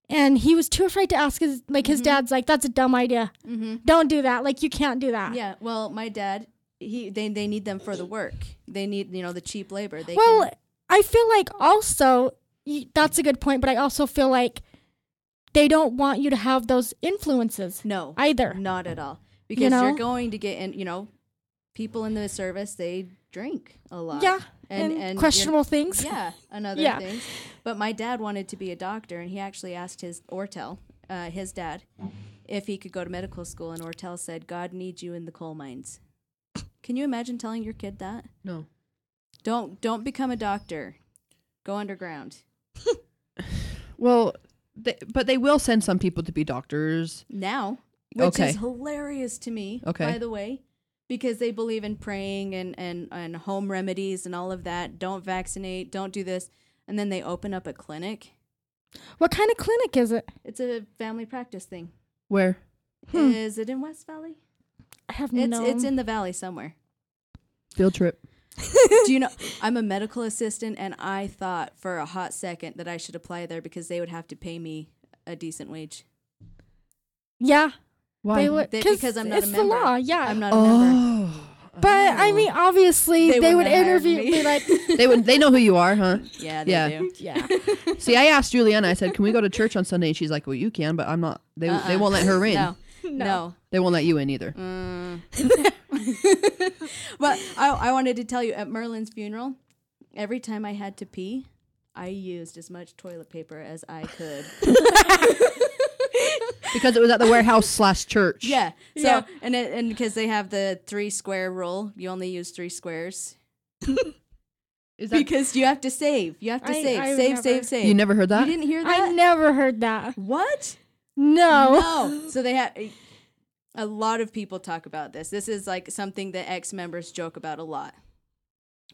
Speaker 3: And he was too afraid to ask his like his dad's like, that's a dumb idea.
Speaker 2: Mm-hmm.
Speaker 3: Don't do that. Like you can't do that.
Speaker 2: Yeah. Well, my dad, he they they need them for the work. They need you know the cheap labor. They
Speaker 3: well,
Speaker 2: can,
Speaker 3: I feel like also y- that's a good point, but I also feel like they don't want you to have those influences
Speaker 2: no,
Speaker 3: either.
Speaker 2: not at all. Because you
Speaker 3: know?
Speaker 2: are going to get in. You know, people in the service they drink a lot.
Speaker 3: Yeah.
Speaker 2: And and, you're-
Speaker 3: questionable things.
Speaker 2: Yeah, another
Speaker 3: Yeah.
Speaker 2: thing. But my dad wanted to be a doctor, and he actually asked his Ortel, uh, his dad, if he could go to medical school, and Ortel said, "God needs you in the coal mines." Can you imagine telling your kid that?
Speaker 1: No.
Speaker 2: Don't don't become a doctor. Go underground.
Speaker 1: Well, they, but they will send some people to be doctors.
Speaker 2: now, which
Speaker 1: Okay.
Speaker 2: is hilarious to me.
Speaker 1: Okay.
Speaker 2: By the way, because they believe in praying and and and home remedies and all of that. Don't vaccinate. Don't do this. And then they open up a clinic.
Speaker 3: What kind of clinic is it?
Speaker 2: It's a family practice thing.
Speaker 1: Where? Hmm.
Speaker 2: Is it in West Valley?
Speaker 3: I have
Speaker 2: It's
Speaker 3: no.
Speaker 2: it's in the valley
Speaker 1: <laughs>
Speaker 2: somewhere.
Speaker 1: Field trip.
Speaker 2: Do you know? I'm a medical assistant, and I thought for a hot second that I should apply there because they would have to pay me a decent wage.
Speaker 3: yeah.
Speaker 1: Why?
Speaker 3: They would
Speaker 2: They-
Speaker 3: because I'm not it's
Speaker 2: a
Speaker 3: the
Speaker 2: member. Uh-huh.
Speaker 3: law. Yeah.
Speaker 2: I'm not a member.
Speaker 1: oh.
Speaker 3: But I mean, obviously, they, would
Speaker 2: wouldn't have hired
Speaker 3: interview
Speaker 2: me.
Speaker 3: me
Speaker 2: <laughs>
Speaker 3: like,
Speaker 1: they would. They know who you are, huh?
Speaker 2: yeah, they
Speaker 1: Yeah.
Speaker 2: do.
Speaker 3: yeah,
Speaker 1: See, I asked Juliana. I said, "Can we go to church on Sunday?" And she's like, "Well, you can, but I'm not. They they
Speaker 2: Uh-uh.
Speaker 1: won't let her in.
Speaker 2: <laughs> No,
Speaker 3: No.
Speaker 2: no.
Speaker 1: They won't let you in either."
Speaker 2: Mm. but I, I wanted to tell you at Merlin's funeral, every time I had to pee, I used as much toilet paper as I could.
Speaker 3: <laughs>
Speaker 1: because it was at the warehouse slash church.
Speaker 2: yeah. So
Speaker 3: Yeah.
Speaker 2: and it, and because they have the three square rule, you only use three squares
Speaker 1: Is that,
Speaker 2: because you have to save. You have to
Speaker 3: I-
Speaker 2: save,
Speaker 3: I
Speaker 2: save,
Speaker 3: never-
Speaker 2: save, save.
Speaker 1: you never heard
Speaker 2: You
Speaker 1: that?
Speaker 2: didn't hear that.
Speaker 3: I never heard that.
Speaker 2: what?
Speaker 3: <laughs> No,
Speaker 2: No. So they have a lot of people talk about this. This is like something that ex members joke about a lot.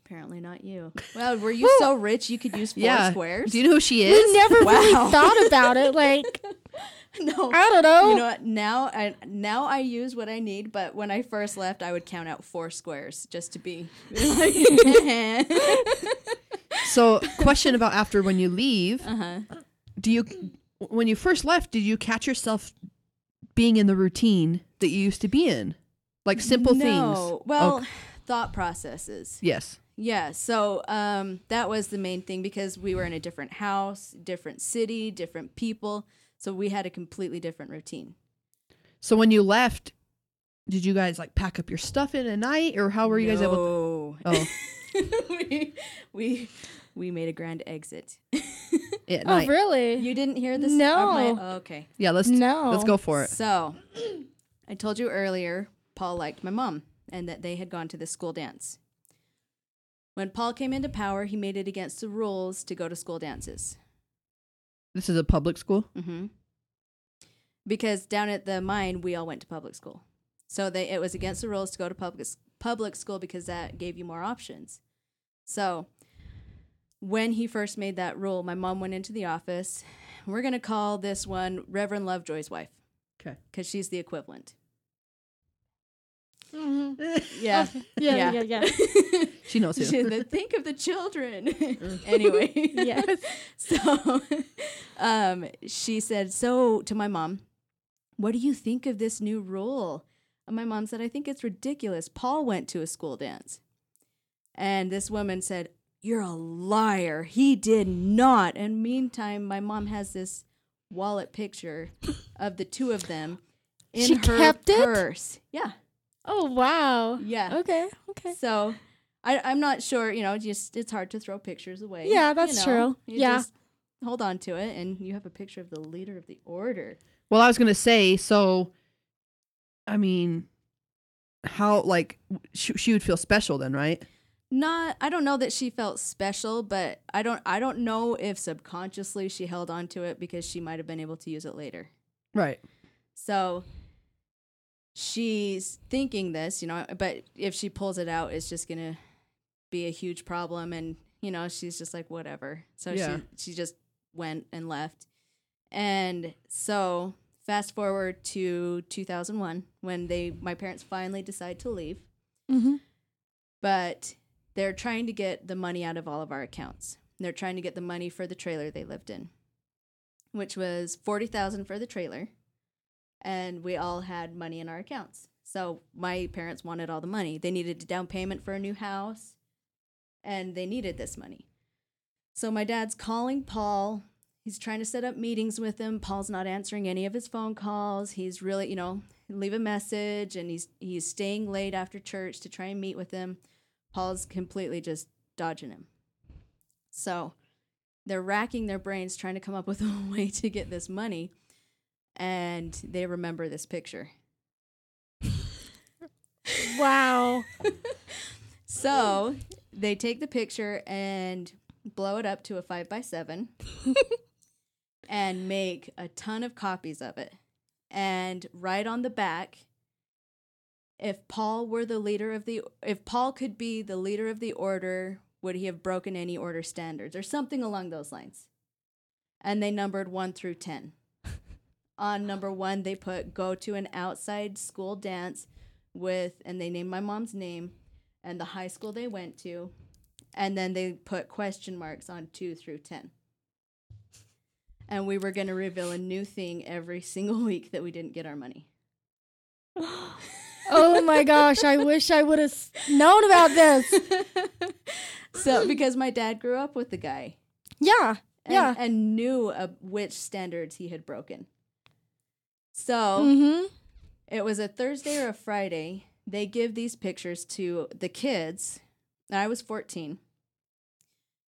Speaker 2: Apparently not you. Well, were you so rich you could use four
Speaker 1: yeah.
Speaker 2: squares?
Speaker 1: Do you know who she is?
Speaker 3: we never
Speaker 2: Wow.
Speaker 3: really <laughs> thought about it. Like,
Speaker 2: <laughs> no.
Speaker 3: I don't know.
Speaker 2: You know what? Now I now I use what I need, but when I first left, I would count out four squares just to be. <laughs> like,
Speaker 1: So, question about after when you leave,
Speaker 2: uh-huh.
Speaker 1: do you when you first left, did you catch yourself being in the routine that you used to be in? Like simple
Speaker 2: No.
Speaker 1: things.
Speaker 2: Well,
Speaker 1: Okay.
Speaker 2: thought processes.
Speaker 1: yes.
Speaker 2: Yeah, so um, that was the main thing because we were in a different house, different city, different people. So we had a completely different routine.
Speaker 1: So when you left, did you guys like pack up your stuff in a night or how were you guys able
Speaker 2: able
Speaker 1: Oh,
Speaker 2: <laughs> we, we, we made a grand exit.
Speaker 1: at
Speaker 3: oh,
Speaker 1: night.
Speaker 3: really?
Speaker 2: You didn't hear <laughs> this?
Speaker 3: No.
Speaker 2: of my- oh, okay.
Speaker 1: Yeah, let's
Speaker 3: No.
Speaker 1: let's go for it.
Speaker 2: So I told you earlier, Paul liked my mom and that they had gone to the school dance. When Paul came into power, he made it against the rules to go to school dances.
Speaker 1: This is a public school.
Speaker 2: Mm-hmm. Because down at the mine, we all went to public school, so they it was against the rules to go to public s- public school because that gave you more options. So when he first made that rule, my mom went into the office. We're gonna call this one Reverend Lovejoy's wife <laughs>
Speaker 1: Okay.
Speaker 2: because she's the equivalent.
Speaker 3: Mhm.
Speaker 2: Yeah,
Speaker 3: Yeah, yeah, yeah.
Speaker 1: She knows who.
Speaker 2: <laughs> She- the- think of the children. <laughs> anyway,
Speaker 3: Mm. <laughs> Yes.
Speaker 2: <laughs> So um, she said, So to my mom, what do you think of this new rule? And my mom said, I think it's ridiculous. Paul went to a school dance. And this woman said, You're a liar. He did not. And meantime, my mom has this wallet picture of the two of them in
Speaker 3: She
Speaker 2: her
Speaker 3: kept it?
Speaker 2: purse. Yeah.
Speaker 3: Oh wow.
Speaker 2: Yeah.
Speaker 3: Okay. Okay.
Speaker 2: So I, I'm not sure, you know, just it's hard to throw pictures away.
Speaker 3: Yeah,
Speaker 2: you
Speaker 3: that's
Speaker 2: know.
Speaker 3: true. Yeah.
Speaker 2: hold on to it, and you have a picture of the leader of the order.
Speaker 1: Well, I was gonna say, so, I mean, how like she, she would feel special then, right?
Speaker 2: Not, I don't know that she felt special, but I don't, I don't know if subconsciously she held on to it because she might have been able to use it later.
Speaker 1: Right.
Speaker 2: So she's thinking this, you know, but if she pulls it out, it's just going to be a huge problem. And, you know, she's just like, whatever. So
Speaker 1: Yeah.
Speaker 2: she, she just went and left. And so fast forward to 2001 when they, my parents finally decide to leave,
Speaker 3: Mm-hmm.
Speaker 2: but they're trying to get the money out of all of our accounts. They're trying to get the money for the trailer they lived in, which was 40,000 for the trailer and we all had money in our accounts. So my parents wanted all the money. They needed a down payment for a new house, and they needed this money. So my dad's calling Paul. He's trying to set up meetings with him. Paul's not answering any of his phone calls. He's really, you know, leave a message and he's he's staying late after church to try and meet with him. Paul's completely just dodging him. So they're racking their brains trying to come up with a <laughs> way to get this money and they remember this picture.
Speaker 3: Wow.
Speaker 2: So they take the picture and blow it up to a five by seven and make a ton of copies of it. And right on the back, if Paul were the leader of the, if Paul could be the leader of the order, would he have broken any order standards or something along those lines? And they numbered one through 10. on number one, they put go to an outside school dance with, and they named my mom's name and the high school they went to, and then they put question marks on two through ten. And we were going to reveal a new thing every single <laughs> week that we didn't get our money.
Speaker 3: oh my gosh. I wish I would have known about this.
Speaker 2: So because my dad grew up with the guy,
Speaker 3: Yeah.
Speaker 2: and,
Speaker 3: yeah.
Speaker 2: and knew uh, which standards he had broken. So
Speaker 3: mm-hmm.
Speaker 2: It was a Thursday or a Friday. They give these pictures to the kids. and I was 14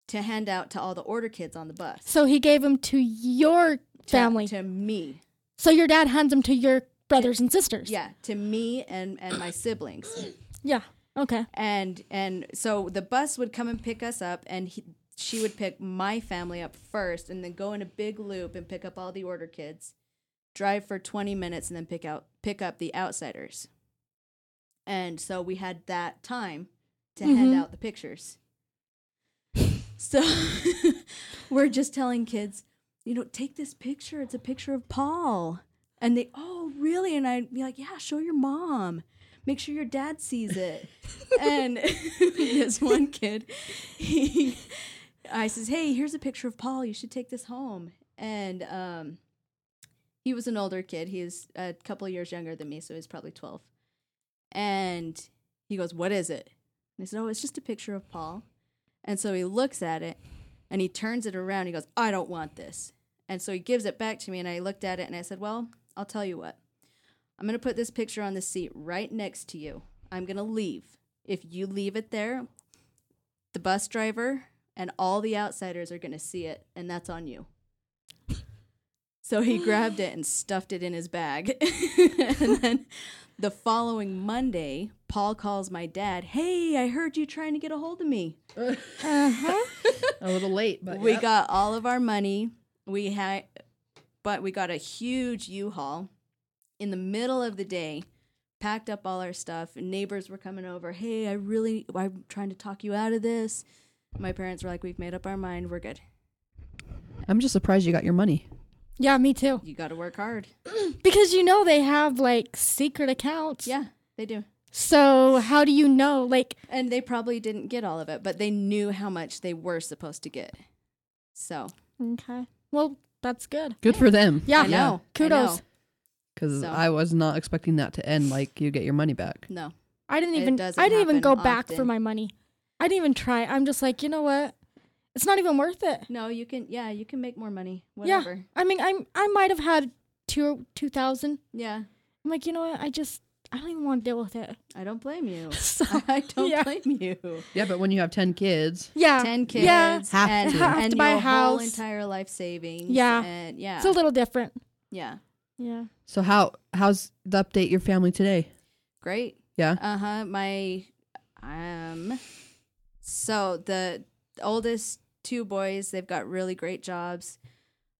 Speaker 2: to hand out to all the order kids on the bus.
Speaker 3: So he gave them to your
Speaker 2: To-
Speaker 3: family.
Speaker 2: to me.
Speaker 3: So your dad hands them to your brothers and sisters.
Speaker 2: Yeah, to me and and my siblings.
Speaker 3: Yeah. Okay.
Speaker 2: And and so the bus would come and pick us up and he, she would pick my family up first and then go in a big loop and pick up all the order kids. Drive for 20 minutes and then pick out pick up the outsiders. And so we had that time to hand
Speaker 3: Mhm.
Speaker 2: out the pictures. So <laughs> we're just telling kids, you know, take this picture. It's a picture of Paul. And they, oh, really? And I'd be like, yeah, show your mom. Make sure your dad sees it. and <laughs> this one kid, he, I says, hey, here's a picture of Paul. You should take this home. And um, he was an older kid. He's a couple of years younger than me, so he's probably 12. And he goes, what is it? And I said, oh, it's just a picture of Paul. And so he looks at it and he turns it around. He goes, I don't want this. And so he gives it back to me. And I looked at it and I said, Well, I'll tell you what. I'm going to put this picture on the seat right next to you. I'm going to leave. If you leave it there, the bus driver and all the outsiders are going to see it. And that's on you. <laughs> So he grabbed it and stuffed it in his bag. <laughs> and then the following Monday, Paul calls my dad, Hey, I heard you trying to get a hold of me.
Speaker 3: Uh-huh.
Speaker 1: A little late, but
Speaker 2: We
Speaker 1: yep.
Speaker 2: got all of our money. We had, but we got a huge U-Haul in the middle of the day, packed up all our stuff. And neighbors were coming over. Hey, I really, I'm trying to talk you out of this. My parents were like, "We've made up our mind. We're good.
Speaker 1: I'm just surprised you got your money.
Speaker 3: yeah, me too.
Speaker 2: You got to work hard."
Speaker 3: Because you know they have like secret accounts.
Speaker 2: Yeah, they do.
Speaker 3: So how do you know? Like,
Speaker 2: And they probably didn't get all of it, but they knew how much they were supposed to get. So
Speaker 3: okay. Well, that's good.
Speaker 1: Good for them.
Speaker 3: Yeah.
Speaker 2: I know. I
Speaker 3: Kudos.
Speaker 2: know.
Speaker 1: because
Speaker 2: So-
Speaker 1: I was not expecting that to end like you get your money back.
Speaker 2: No.
Speaker 3: I didn't
Speaker 2: It
Speaker 3: even
Speaker 2: doesn't
Speaker 3: I didn't even go
Speaker 2: happen
Speaker 3: back for
Speaker 2: often.
Speaker 3: my money. I didn't even try. I'm just like, you know what? It's not even worth it.
Speaker 2: No, you can yeah, you can make more money.
Speaker 3: Yeah.
Speaker 2: Whatever.
Speaker 3: I mean, I'm I might have had two two thousand.
Speaker 2: Yeah.
Speaker 3: I'm like, you know what? I just I don't even want to deal with it. <laughs>
Speaker 2: I don't blame you. <laughs>
Speaker 3: So
Speaker 2: I don't
Speaker 3: yeah.
Speaker 2: blame you.
Speaker 1: Yeah, but when you have ten kids,
Speaker 3: yeah,
Speaker 2: Ten kids
Speaker 3: Yeah,
Speaker 4: Have
Speaker 2: and,
Speaker 4: to.
Speaker 3: Have
Speaker 2: and
Speaker 3: to buy a
Speaker 2: your whole
Speaker 3: house.
Speaker 2: entire life savings.
Speaker 3: Yeah.
Speaker 2: And yeah.
Speaker 3: it's a little different.
Speaker 2: yeah.
Speaker 3: Yeah,
Speaker 1: so how how's the update your family today?
Speaker 2: Great.
Speaker 1: Yeah,
Speaker 2: Uh huh. My um, so the oldest two boys, they've got really great jobs.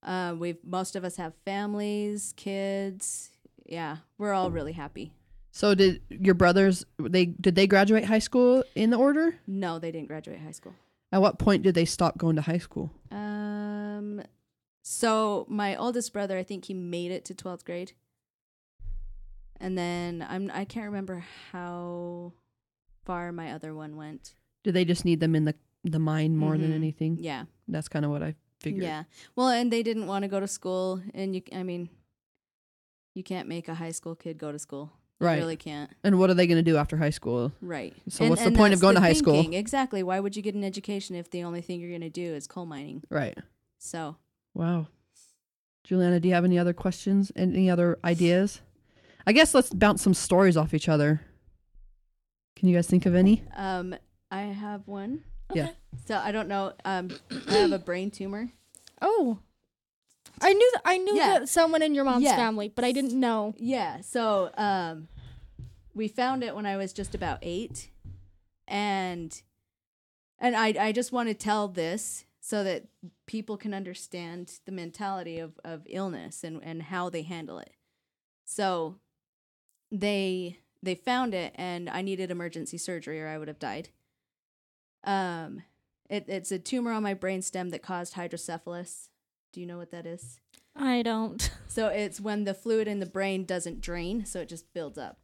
Speaker 2: Uh, we've most of us have families, kids. Yeah, we're all really happy.
Speaker 1: so did your brothers? They did they graduate high school in the order?
Speaker 2: No, they didn't graduate high school.
Speaker 1: At what point did they stop going to high school?
Speaker 2: Um, so my oldest brother, I think he made it to twelfth grade, and then I'm I can't remember how far my other one went.
Speaker 1: Do they just need them in the the mind more than
Speaker 2: Mhm.
Speaker 1: anything?
Speaker 2: Yeah.
Speaker 1: That's kind of what I figured.
Speaker 2: Yeah. Well, and they didn't want to go to school, and you, I mean, you can't make a high school kid go to school. You
Speaker 1: Right.
Speaker 2: Really can't.
Speaker 1: And what are they going to do after high school?
Speaker 2: Right.
Speaker 1: So what's the point of
Speaker 2: that's
Speaker 1: going
Speaker 2: the
Speaker 1: to high school?
Speaker 2: thinking. Exactly. Why would you get an education if the only thing you're going to do is coal mining?
Speaker 1: Right.
Speaker 2: So
Speaker 1: Wow. Juliana, do you have any other questions? Any other ideas? I guess let's bounce some stories off each other. Can you guys think of any?
Speaker 2: um, I have one.
Speaker 1: Yeah.
Speaker 3: Okay.
Speaker 2: So I don't know. Um, I have a brain tumor.
Speaker 3: Oh, I knew th- I knew
Speaker 2: Yeah.
Speaker 3: that someone in your mom's
Speaker 2: Yeah.
Speaker 3: family, but I didn't know.
Speaker 2: Yeah. So um, we found it when I was just about eight, and and I I just want to tell this so that people can understand the mentality of of illness and and how they handle it. So they they found it, and I needed emergency surgery, or I would have died. Um, it, it's a tumor on my brainstem that caused hydrocephalus. Do you know what that is?
Speaker 3: I don't. <laughs>
Speaker 2: So it's when the fluid in the brain doesn't drain, so it just builds up.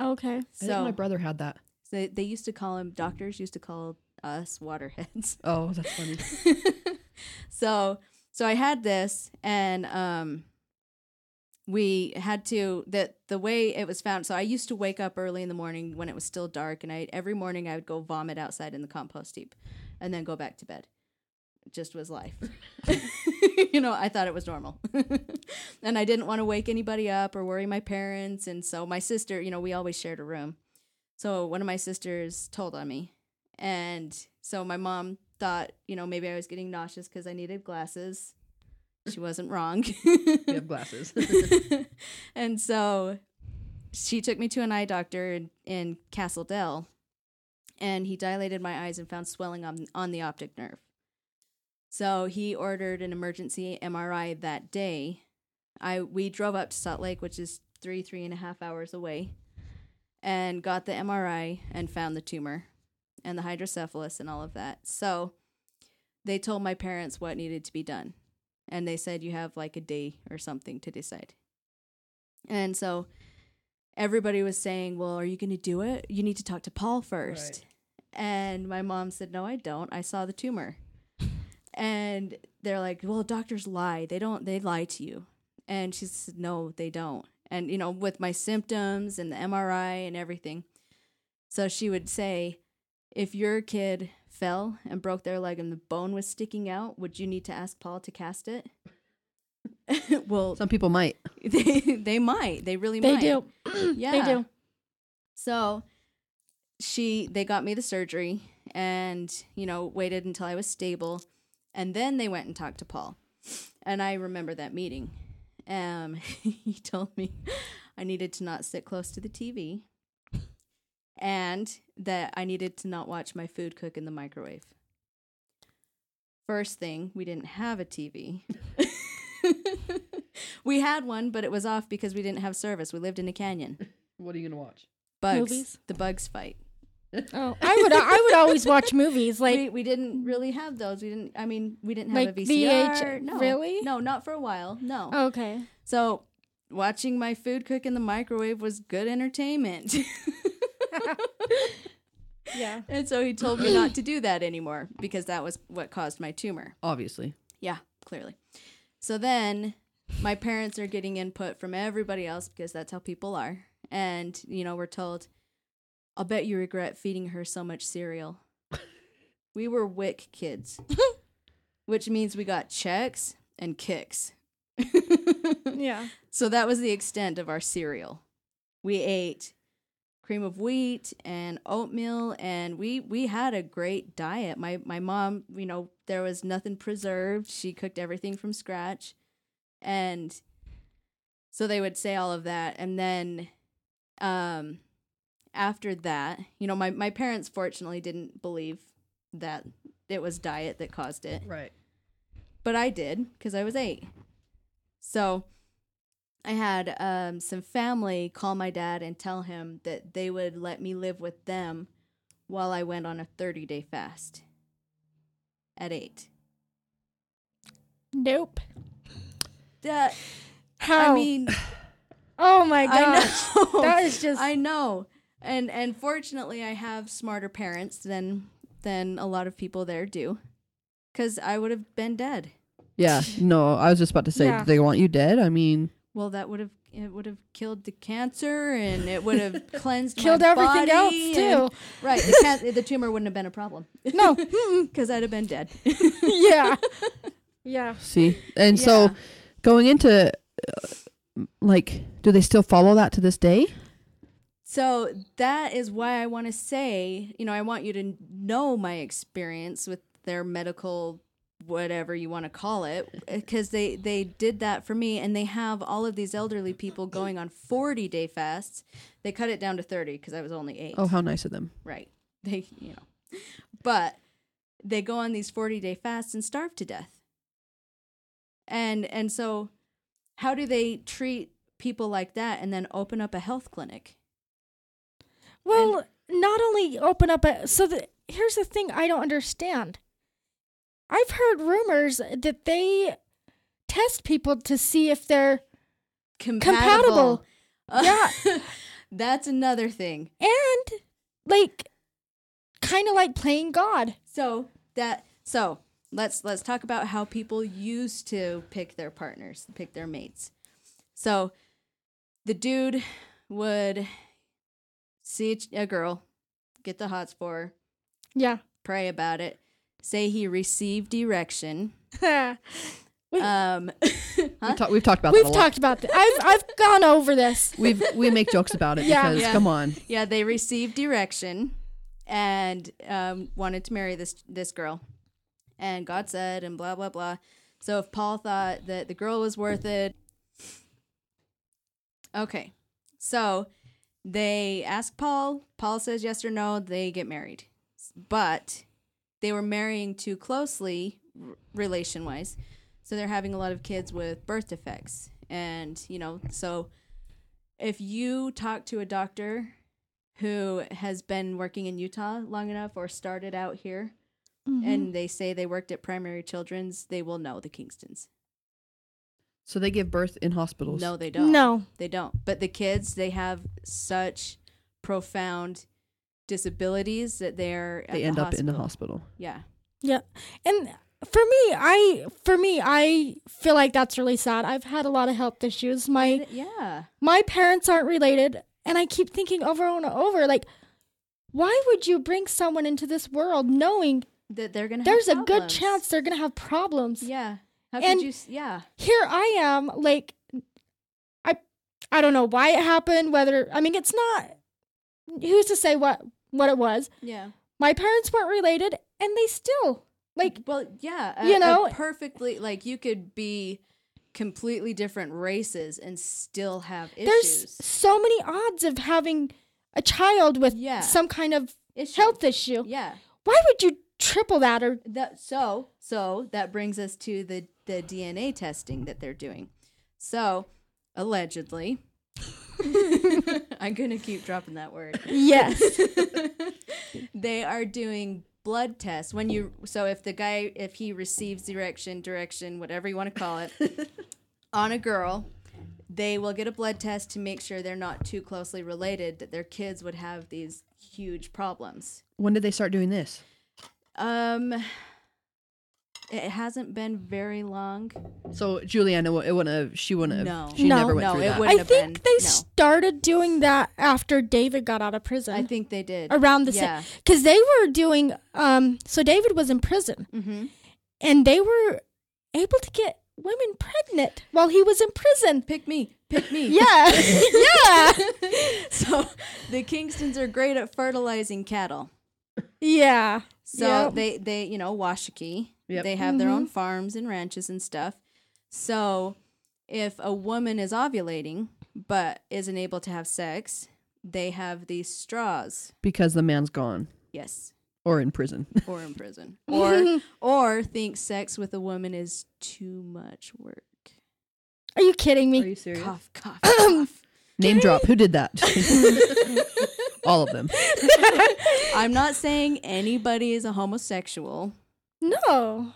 Speaker 3: Okay.
Speaker 1: I think
Speaker 2: So
Speaker 1: my brother had that.
Speaker 2: they, they used to call him, doctors used to call us waterheads. <laughs>
Speaker 1: Oh, that's funny.
Speaker 2: so so I had this and um we had to that the way it was found so I used to wake up early in the morning when it was still dark and I every morning I would go vomit outside in the compost heap and then go back to bed. It just was life. <laughs> you know, I thought it was normal. <laughs> and I didn't want to wake anybody up or worry my parents and so my sister, you know, we always shared a room. So one of my sisters told on me and so my mom thought, you know, maybe I was getting nauseous because I needed glasses. She wasn't wrong. <laughs>
Speaker 1: you have glasses.
Speaker 2: and so she took me to an eye doctor in, in Castle Dell, and he dilated my eyes and found swelling on, on the optic nerve. So he ordered an emergency MRI that day. I we drove up to Salt Lake, which is three three and a half hours away, and got the MRI and found the tumor and the hydrocephalus and all of that. So they told my parents what needed to be done. And they said, you have like a day or something to decide. And so everybody was saying, well, are you going to do it? You need to talk to Paul first. And my mom said, no, I don't. I saw the tumor. and they're like, well, doctors lie. They don't, they lie to you. And she said, no, they don't. And, you know, with my symptoms and the MRI and everything. So she would say, if your kid fell and broke their leg and the bone was sticking out, would you need to ask Paul to cast it? <laughs> well,
Speaker 1: Some people might.
Speaker 2: <laughs> they they might. They really
Speaker 3: They
Speaker 2: might.
Speaker 3: do.
Speaker 2: Yeah.
Speaker 3: They do.
Speaker 2: So she they got me the surgery and you know waited until I was stable and then they went and talked to Paul. And I remember that meeting. Um <laughs> he told me I needed to not sit close to the TV and that I needed to not watch my food cook in the microwave. First thing, we didn't have a TV. <laughs> we had one, but it was off because we didn't have service. We lived in a canyon.
Speaker 1: What are you going to watch?
Speaker 2: Bugs.
Speaker 3: Movies?
Speaker 2: The bugs fight.
Speaker 3: <laughs> Oh, I would I would always watch movies like
Speaker 2: we, we didn't really have those. We didn't. I mean, we didn't have
Speaker 3: Like
Speaker 2: a
Speaker 3: VH
Speaker 2: VCR. no,
Speaker 3: really? Oh.
Speaker 2: No, not for a while. No.
Speaker 3: okay.
Speaker 2: So watching my food cook in the microwave was good entertainment. <laughs>
Speaker 3: Yeah.
Speaker 2: and so he told me not to do that anymore because that was what caused my tumor.
Speaker 1: Obviously.
Speaker 2: Yeah, clearly. So then my parents are getting input from everybody else because that's how people are. And, you know, we're told, I'll bet you regret feeding her so much cereal. we were WIC kids, which means we got checks and kicks. <laughs>
Speaker 3: Yeah.
Speaker 2: So that was the extent of our cereal. We ate cream of wheat and oatmeal and we we had a great diet. My my mom, you know, there was nothing preserved. She cooked everything from scratch. And so they would say all of that and then um after that, you know, my my parents fortunately didn't believe that it was diet that caused it
Speaker 1: Right.
Speaker 2: but I did because I was eight. So I had um, some family call my dad and tell him that they would let me live with them while I went on a 30 day fast at eight.
Speaker 3: Nope.
Speaker 2: That,
Speaker 3: How?
Speaker 2: I
Speaker 3: <laughs>
Speaker 2: mean,
Speaker 3: oh my gosh.
Speaker 2: I know.
Speaker 3: That is just-
Speaker 2: I know. And and fortunately, I have smarter parents than than a lot of people there do, because I would have been dead.
Speaker 1: Yeah. No, I was just about to say,
Speaker 3: Yeah.
Speaker 1: do they want you dead? I mean,
Speaker 2: well that would have it would have killed the cancer and it would
Speaker 3: <laughs>
Speaker 2: have cleansed my
Speaker 3: <laughs> Killed everything
Speaker 2: body
Speaker 3: else
Speaker 2: and-
Speaker 3: too.
Speaker 2: <laughs> right the, can- the tumor wouldn't have been a problem <laughs>
Speaker 3: No.
Speaker 2: because i'd have been
Speaker 3: <laughs>
Speaker 2: dead
Speaker 3: yeah. Yeah.
Speaker 1: see, and so
Speaker 2: Yeah.
Speaker 1: going into, uh, like, do they still follow that to this day?
Speaker 2: so that is why i want to say you know i want you to know my experience with their medical whatever you want to call it because they they did that for me and they have all of these elderly people going on 40 day fasts they cut it down to 30 because i was only eight
Speaker 1: Oh, how nice of them.
Speaker 2: right <laughs> they you know but they go on these 40 day fasts and starve to death and and so how do they treat people like that and then open up a health clinic
Speaker 3: Well, not only open up a so the, here's the thing I don't understand. I've heard rumors that they test people to see if they're
Speaker 2: compatible,
Speaker 3: Compatible.
Speaker 2: <laughs> yeah that's another thing
Speaker 3: and like kind of like playing God.
Speaker 2: so that so let's let's talk about how people used to pick their partners pick their mates so the dude would see a girl get the hots for her
Speaker 3: Yeah. <laughs>
Speaker 2: pray about it. Say he received erection. Um,
Speaker 1: We talk, we've talked about
Speaker 3: We've
Speaker 1: that a
Speaker 3: talked about this. I've I've gone over this.
Speaker 1: lot. We've, we make jokes about it
Speaker 3: Yeah.
Speaker 1: because,
Speaker 2: <laughs> Yeah.
Speaker 1: come on.
Speaker 2: yeah, they received erection and um, wanted to marry this this girl. And God said, and blah blah blah. So if Paul thought that the girl was worth it, okay. So they ask Paul. Paul says yes or no. They get married, but they were marrying too closely, r- relation wise. So they're having a lot of kids with birth defects, and you know, so if you talk to a doctor who has been working in Utah long enough or started out here
Speaker 3: Mm-hmm.
Speaker 2: and they say they worked at primary children's, they will know the Kingstons.
Speaker 1: So they give birth in hospitals.
Speaker 2: No, they don't.
Speaker 3: No.
Speaker 2: They don't. But the kids, they have such profound disabilities that they're at
Speaker 1: they
Speaker 2: the
Speaker 1: end up in the
Speaker 2: hospital.
Speaker 1: hospital.
Speaker 2: Yeah.
Speaker 3: Yeah. And for me, I for me, I feel like that's really sad. I've had a lot of health issues. My
Speaker 2: Yeah.
Speaker 3: my parents aren't related and i keep thinking over and over like why would you bring someone into this world knowing
Speaker 2: That they're going to
Speaker 3: there's a good chance they're going to have problems
Speaker 2: Yeah. How
Speaker 3: And-
Speaker 2: could you s- yeah.
Speaker 3: here i am like i i don't know why it happened whether i mean it's not who's to say what what it was
Speaker 2: Yeah.
Speaker 3: my parents weren't related and they still like
Speaker 2: well yeah a-
Speaker 3: you
Speaker 2: a
Speaker 3: know-
Speaker 2: perfectly like you could be completely different races and still have
Speaker 3: there's
Speaker 2: issues
Speaker 3: so many odds of having a child with
Speaker 2: Yeah.
Speaker 3: some kind of
Speaker 2: Issue.
Speaker 3: health issue
Speaker 2: yeah
Speaker 3: why would you triple that or
Speaker 2: that so so that brings us to the the dna testing that they're doing so allegedly <laughs> i'm gonna keep dropping that word
Speaker 3: <laughs> yes
Speaker 2: they are doing blood tests when you so if the guy if he receives erection direction whatever you want to call it on a girl they will get a blood test to make sure they're not too closely related that their kids would have these huge problems
Speaker 1: When did they start doing this?
Speaker 2: um It hasn't been very long.
Speaker 1: So Juliana, w- it wouldn't have. She wouldn't have.
Speaker 2: No.
Speaker 1: She
Speaker 3: No.
Speaker 1: never went
Speaker 2: No,
Speaker 1: through
Speaker 2: it
Speaker 1: that.
Speaker 2: wouldn't
Speaker 3: I
Speaker 2: have
Speaker 3: think
Speaker 2: been,
Speaker 3: they
Speaker 2: no.
Speaker 3: started doing that after David got out of prison.
Speaker 2: I think they did
Speaker 3: around the
Speaker 2: yeah.
Speaker 3: same because they were doing. Um, so David was in prison,
Speaker 2: hmm
Speaker 3: and they were able to get women pregnant while he was in prison.
Speaker 2: Pick me, pick <laughs> me.
Speaker 3: <laughs> Yeah, yeah,
Speaker 2: So the Kingstons are great at fertilizing cattle.
Speaker 3: yeah.
Speaker 2: So
Speaker 3: Yep.
Speaker 2: they they you know Washakie.
Speaker 1: Yep.
Speaker 2: They have their own farms and ranches and stuff. So if a woman is ovulating but isn't able to have sex, they have these straws.
Speaker 1: because the man's gone
Speaker 2: Yes,
Speaker 1: or in prison.
Speaker 2: or in <laughs> prison, or or think sex with a woman is too much work.
Speaker 3: Are you kidding me?
Speaker 1: you serious?
Speaker 2: Cough, <clears throat> cough, cough.
Speaker 1: Name drop. Who did
Speaker 2: <laughs>
Speaker 1: that? All of them.
Speaker 2: I'm not saying anybody is a homosexual,
Speaker 3: no.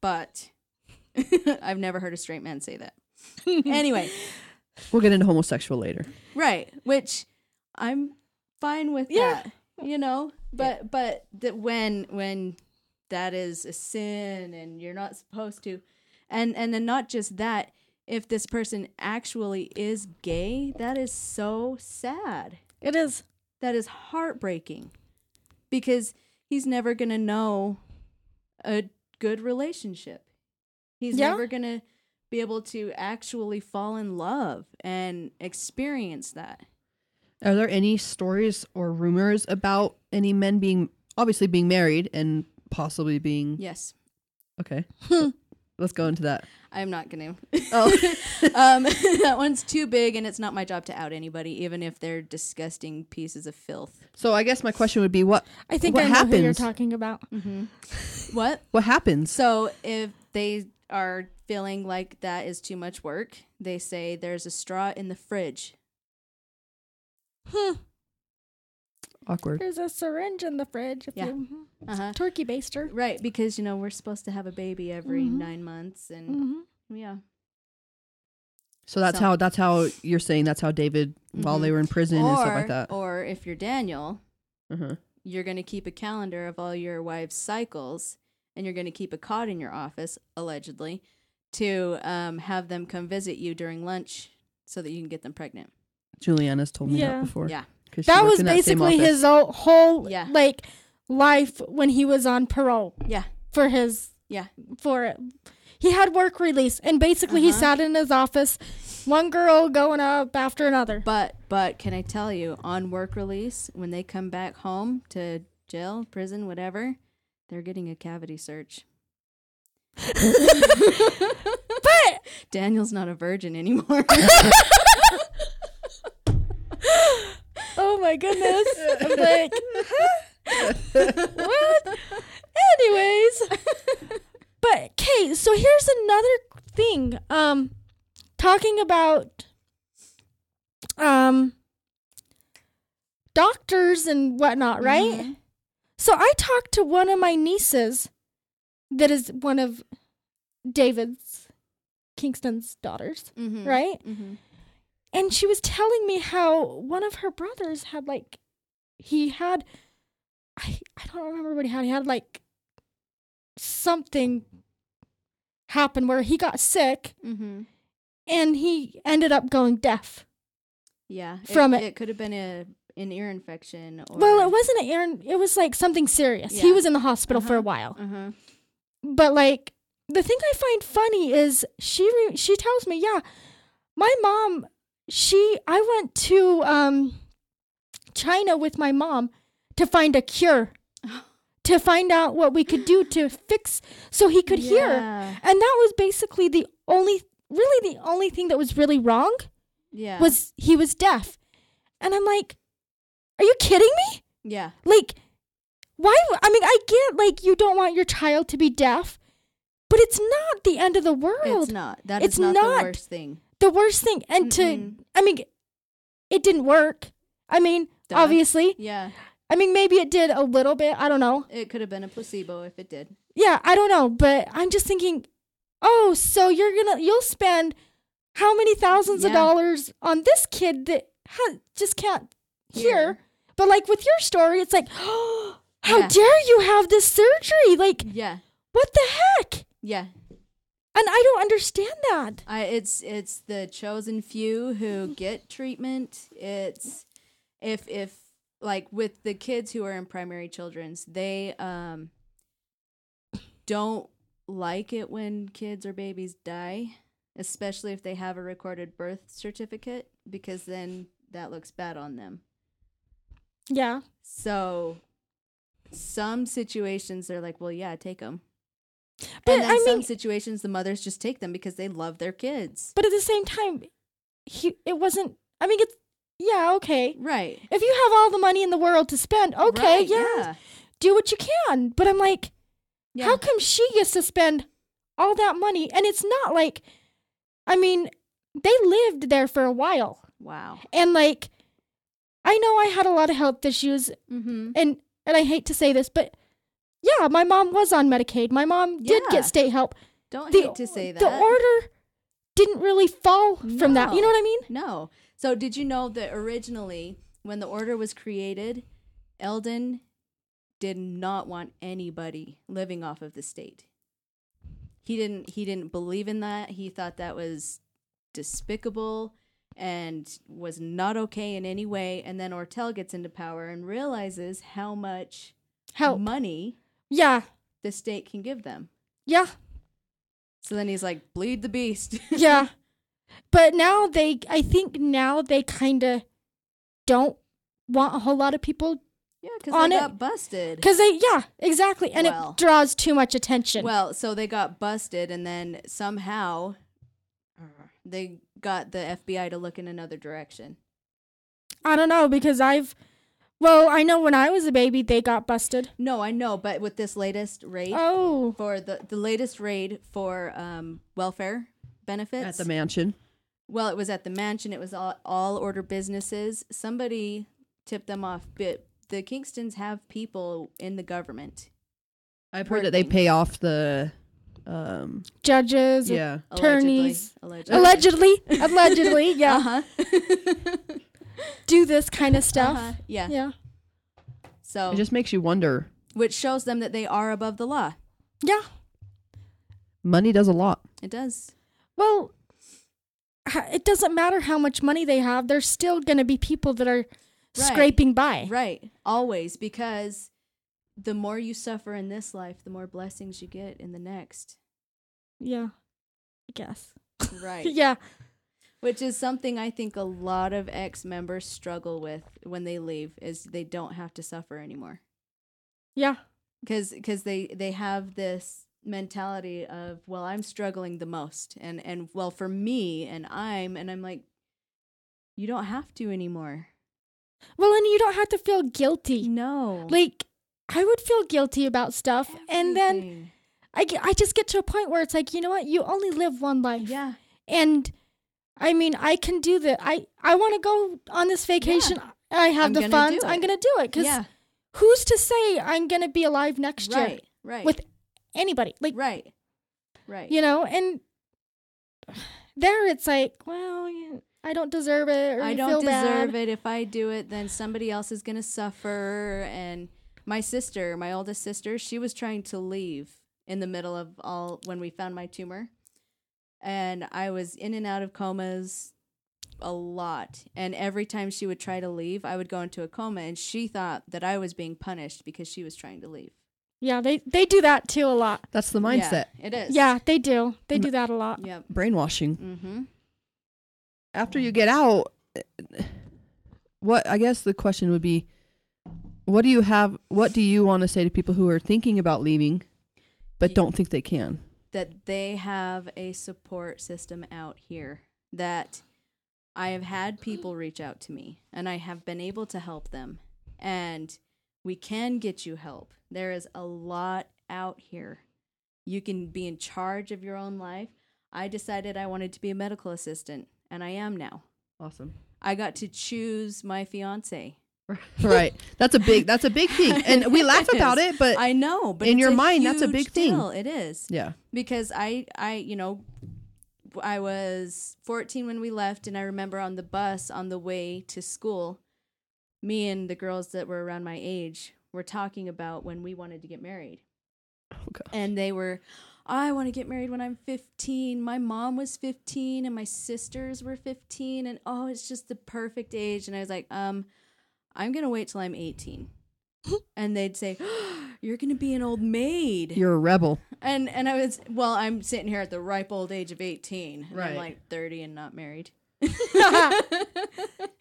Speaker 2: but <laughs> I've never heard a straight man say that. anyway,
Speaker 1: We'll get into homosexual later.
Speaker 2: right, which I'm fine with
Speaker 3: Yeah.
Speaker 2: that, you know, but but that when when that is a sin and you're not supposed to and and then not just that if this person actually is gay, that is so sad.
Speaker 3: It is.
Speaker 2: that is heartbreaking because he's never going to know a good relationship. He's
Speaker 3: Yeah.
Speaker 2: never going to be able to actually fall in love and experience that.
Speaker 1: Are there any stories or rumors about any men being obviously being married and possibly being
Speaker 2: Yes,
Speaker 1: okay?
Speaker 2: Hmm.
Speaker 1: Let's go into that.
Speaker 2: I'm not going to.
Speaker 1: Oh,
Speaker 2: <laughs> Um, <laughs> that one's too big, and it's not my job to out anybody, even if they're disgusting pieces of filth.
Speaker 1: so I guess my question would be what
Speaker 3: I think
Speaker 1: What
Speaker 3: I know who you're
Speaker 1: happens?
Speaker 3: talking about.
Speaker 2: Mm-hmm. What?
Speaker 1: what happens?
Speaker 2: So if they are feeling like that is too much work, they say there's a straw in the fridge.
Speaker 1: Awkward.
Speaker 3: There's a syringe in the fridge. If
Speaker 2: Yeah.
Speaker 3: you, mm-hmm.
Speaker 2: Uh-huh.
Speaker 3: turkey baster.
Speaker 2: Right, because you know we're supposed to have a baby every nine months, and
Speaker 3: hmm
Speaker 2: yeah,
Speaker 1: So that's
Speaker 2: So- Mm-hmm.
Speaker 1: how that's how you're saying that's how David while they were in prison and stuff like that.
Speaker 2: or if you're Daniel,
Speaker 1: Uh-huh.
Speaker 2: you're going to keep a calendar of all your wife's cycles, and you're going to keep a cot in your office, allegedly, to um, have them come visit you during lunch so that you can get them pregnant.
Speaker 1: Juliana's told me
Speaker 3: Yeah.
Speaker 1: that before.
Speaker 2: Yeah,
Speaker 1: 'cause she
Speaker 3: That
Speaker 1: worked
Speaker 3: was
Speaker 1: in same
Speaker 3: basically
Speaker 1: office.
Speaker 3: his o- whole
Speaker 2: Yeah.
Speaker 3: like life when he was on parole
Speaker 2: yeah,
Speaker 3: for his
Speaker 2: yeah,
Speaker 3: for it. He had work release, and basically he sat in his office, one girl going up after another.
Speaker 2: But but can I tell you on work release when they come back home to jail, prison, whatever, they're getting a cavity search. but Daniel's not a virgin <laughs> anymore.
Speaker 3: Oh my goodness! I'm like, what? Anyways, but okay. So here's another thing. Um, talking about um doctors and whatnot, right?
Speaker 2: Mm-hmm.
Speaker 3: So I talked to one of my nieces, that is one of David's Kingston's daughters,
Speaker 2: Mhm.
Speaker 3: right?
Speaker 2: Mhm.
Speaker 3: and she was telling me how one of her brothers had like he had I, I don't remember what he had he had like something happen where he got sick
Speaker 2: Mhm.
Speaker 3: and he ended up going deaf
Speaker 2: Yeah. It,
Speaker 3: From it-
Speaker 2: it could have been a an ear infection or
Speaker 3: well it wasn't an ear it was like something serious he
Speaker 2: Yeah.
Speaker 3: was in the hospital for a while
Speaker 2: Uh-huh.
Speaker 3: but like the thing i find funny is she re- she tells me yeah my mom she i went to um china with my mom to find a cure
Speaker 2: <gasps>
Speaker 3: to find out what we could do to fix so he could hear
Speaker 2: Yeah.
Speaker 3: and that was basically the only really the only thing that was really wrong
Speaker 2: Yeah.
Speaker 3: was he was deaf and i'm like are you kidding me
Speaker 2: yeah.
Speaker 3: like why i mean i get like you don't want your child to be deaf but it's not the end of the world
Speaker 2: It's not. That is
Speaker 3: It's
Speaker 2: not,
Speaker 3: not.
Speaker 2: the worst thing.
Speaker 3: the worst thing and to
Speaker 2: Mm-mm.
Speaker 3: i mean it didn't work i mean
Speaker 2: Duh.
Speaker 3: obviously
Speaker 2: Yeah.
Speaker 3: i mean maybe it did a little bit i don't know
Speaker 2: It could have been a placebo if it did.
Speaker 3: yeah i don't know but i'm just thinking oh so you're gonna you'll spend how many thousands of
Speaker 2: Yeah.
Speaker 3: dollars on this kid that ha- just can't hear but like <gasps> with your story it's like oh how
Speaker 2: Yeah.
Speaker 3: dare you have this surgery like
Speaker 2: Yeah.
Speaker 3: What the heck?
Speaker 2: Yeah,
Speaker 3: And I don't understand that.
Speaker 2: I, it's it's the chosen few
Speaker 3: <laughs>
Speaker 2: who get treatment. It's if if like with the kids who are in primary children's, they um don't like it when kids or babies die, especially if they have a recorded birth certificate because then that looks bad on them.
Speaker 3: Yeah.
Speaker 2: So some situations they're like, well, yeah, take them.
Speaker 3: But
Speaker 2: and then
Speaker 3: I
Speaker 2: some
Speaker 3: mean-
Speaker 2: situations the mothers just take them because they love their kids.
Speaker 3: But at the same time, he it wasn't I mean it's yeah, okay.
Speaker 2: Right.
Speaker 3: If you have all the money in the world to spend, okay,
Speaker 2: Right,
Speaker 3: yeah, Do what you can. But I'm like,
Speaker 2: Yeah.
Speaker 3: how come she gets to spend all that money? And it's not like I mean, they lived there for a while.
Speaker 2: Wow.
Speaker 3: And like I know I had a lot of health issues
Speaker 2: Mm-hmm.
Speaker 3: and and I hate to say this, but yeah, my mom was on Medicaid. My mom did
Speaker 2: Yeah.
Speaker 3: get state help.
Speaker 2: Don't
Speaker 3: The-
Speaker 2: hate to say that.
Speaker 3: The order didn't really fall from that. You know
Speaker 2: No.
Speaker 3: what I mean?
Speaker 2: no. So did you know that originally when the order was created, Eldon did not want anybody living off of the state. He didn't he didn't believe in that. He thought that was despicable and was not okay in any way. And then Ortel gets into power and realizes how much
Speaker 3: Help.
Speaker 2: Mm-hmm. money
Speaker 3: yeah.
Speaker 2: the state can give them. <laughs>
Speaker 3: Yeah.
Speaker 2: So then he's like, bleed the beast. <laughs>
Speaker 3: Yeah. but now they I think now they kind of don't want a whole lot of people
Speaker 2: yeah, because
Speaker 3: On
Speaker 2: they
Speaker 3: it-
Speaker 2: got busted.
Speaker 3: cuz they yeah, exactly. And
Speaker 2: Well.
Speaker 3: it draws too much attention.
Speaker 2: Well, so they got busted, and then somehow they got the FBI to look in another direction.
Speaker 3: I don't know because I've well, I know when I was a baby they got busted.
Speaker 2: No, I know, but with this latest raid
Speaker 3: Oh.
Speaker 2: for the the latest raid for um, welfare benefits
Speaker 1: At the mansion.
Speaker 2: Well, it was at the mansion. It was all, all order businesses. Somebody tipped them off, but the Kingstons have people in the government.
Speaker 1: I've heard that they
Speaker 2: Working.
Speaker 1: pay off the. Um,
Speaker 3: Judges.
Speaker 1: yeah.
Speaker 3: Attorneys.
Speaker 2: Allegedly. Allegedly.
Speaker 3: Allegedly,
Speaker 2: <laughs>
Speaker 3: allegedly, yeah,
Speaker 2: Uh-huh.
Speaker 3: do this kind of stuff.
Speaker 2: Uh-huh, Yeah.
Speaker 3: Yeah.
Speaker 2: So, Oh.
Speaker 1: It just makes you wonder.
Speaker 2: which shows them that they are above the law.
Speaker 3: Yeah.
Speaker 1: Money does a lot.
Speaker 2: It does.
Speaker 3: Well, h- it doesn't matter how much money they have. There's still going to be people that are scraping by.
Speaker 2: Right. Always. Because the more you suffer in this life, the more blessings you get in the
Speaker 3: <laughs>
Speaker 2: next.
Speaker 3: Yeah. I guess.
Speaker 2: Right.
Speaker 3: Yeah.
Speaker 2: Which is something I think a lot of ex members struggle with when they leave is they don't have to suffer anymore.
Speaker 3: Yeah.
Speaker 2: Cause, 'cause they, they have this mentality of, well, I'm struggling the most and, and well for me and I'm and I'm like, you don't have to anymore.
Speaker 3: Well, and you don't have to feel guilty.
Speaker 2: No.
Speaker 3: Like, I would feel guilty about stuff. And then
Speaker 2: Everything.
Speaker 3: I, ge- I just get to a point where it's like, you know what? You only live one life.
Speaker 2: Yeah.
Speaker 3: And I mean, I can do that. I, I want to go on this vacation. I have
Speaker 2: I'm
Speaker 3: the
Speaker 2: gonna do
Speaker 3: funds.
Speaker 2: it.
Speaker 3: I'm going to do it. Because
Speaker 2: yeah.
Speaker 3: who's to say I'm going to be alive next year
Speaker 2: Right. Right.
Speaker 3: with anybody? Like,
Speaker 2: right. Right.
Speaker 3: you know and there it's like well you- i don't deserve it or
Speaker 2: I
Speaker 3: you
Speaker 2: don't
Speaker 3: feel
Speaker 2: deserve
Speaker 3: bad.
Speaker 2: it. If I do it, then somebody else is going to suffer. And my sister, my oldest sister, she was trying to leave in the middle of all when we found my tumor. And I was in and out of comas a lot. And every time she would try to leave, I would go into a coma. And she thought that I was being punished because she was trying to leave.
Speaker 3: yeah they they do that too a lot
Speaker 1: That's the
Speaker 2: Yeah,
Speaker 1: mindset.
Speaker 2: it is.
Speaker 3: yeah they do they
Speaker 1: M-
Speaker 3: do that a lot
Speaker 2: Yep.
Speaker 1: Brainwashing.
Speaker 2: Mm-hmm.
Speaker 1: after you get out uh, what i guess the question would be what do you have what do you want to say to people who are thinking about leaving but don't think they can
Speaker 2: that they have a support system out here that I have had people reach out to me and I have been able to help them and we can get you help. There is a lot out here. You can be in charge of your own life. I decided I wanted to be a medical assistant and I am now.
Speaker 1: awesome
Speaker 2: I got to choose my fiance. <laughs>
Speaker 1: right that's a big that's a big thing and we laugh
Speaker 2: It <laughs>
Speaker 1: about
Speaker 2: is.
Speaker 1: it but
Speaker 2: I know, but
Speaker 1: in
Speaker 2: it's
Speaker 1: your
Speaker 2: a
Speaker 1: mind, that's a
Speaker 2: huge
Speaker 1: big thing.
Speaker 2: deal. It is
Speaker 1: yeah
Speaker 2: because I, I, you know, I was 14 when we left, and I remember on the bus on the way to school, me and the girls that were around my age were talking about when we wanted to get married.
Speaker 1: God.
Speaker 2: and they were i want to get married when i'm 15 my mom was 15 and my sisters were 15 and oh it's just the perfect age and i was like um i'm gonna wait till i'm 18 and they'd say you're gonna be an old maid
Speaker 1: You're a rebel.
Speaker 2: and and i was well i'm sitting here at the ripe old age of 18 and
Speaker 1: Right.
Speaker 2: i'm like 30 and not married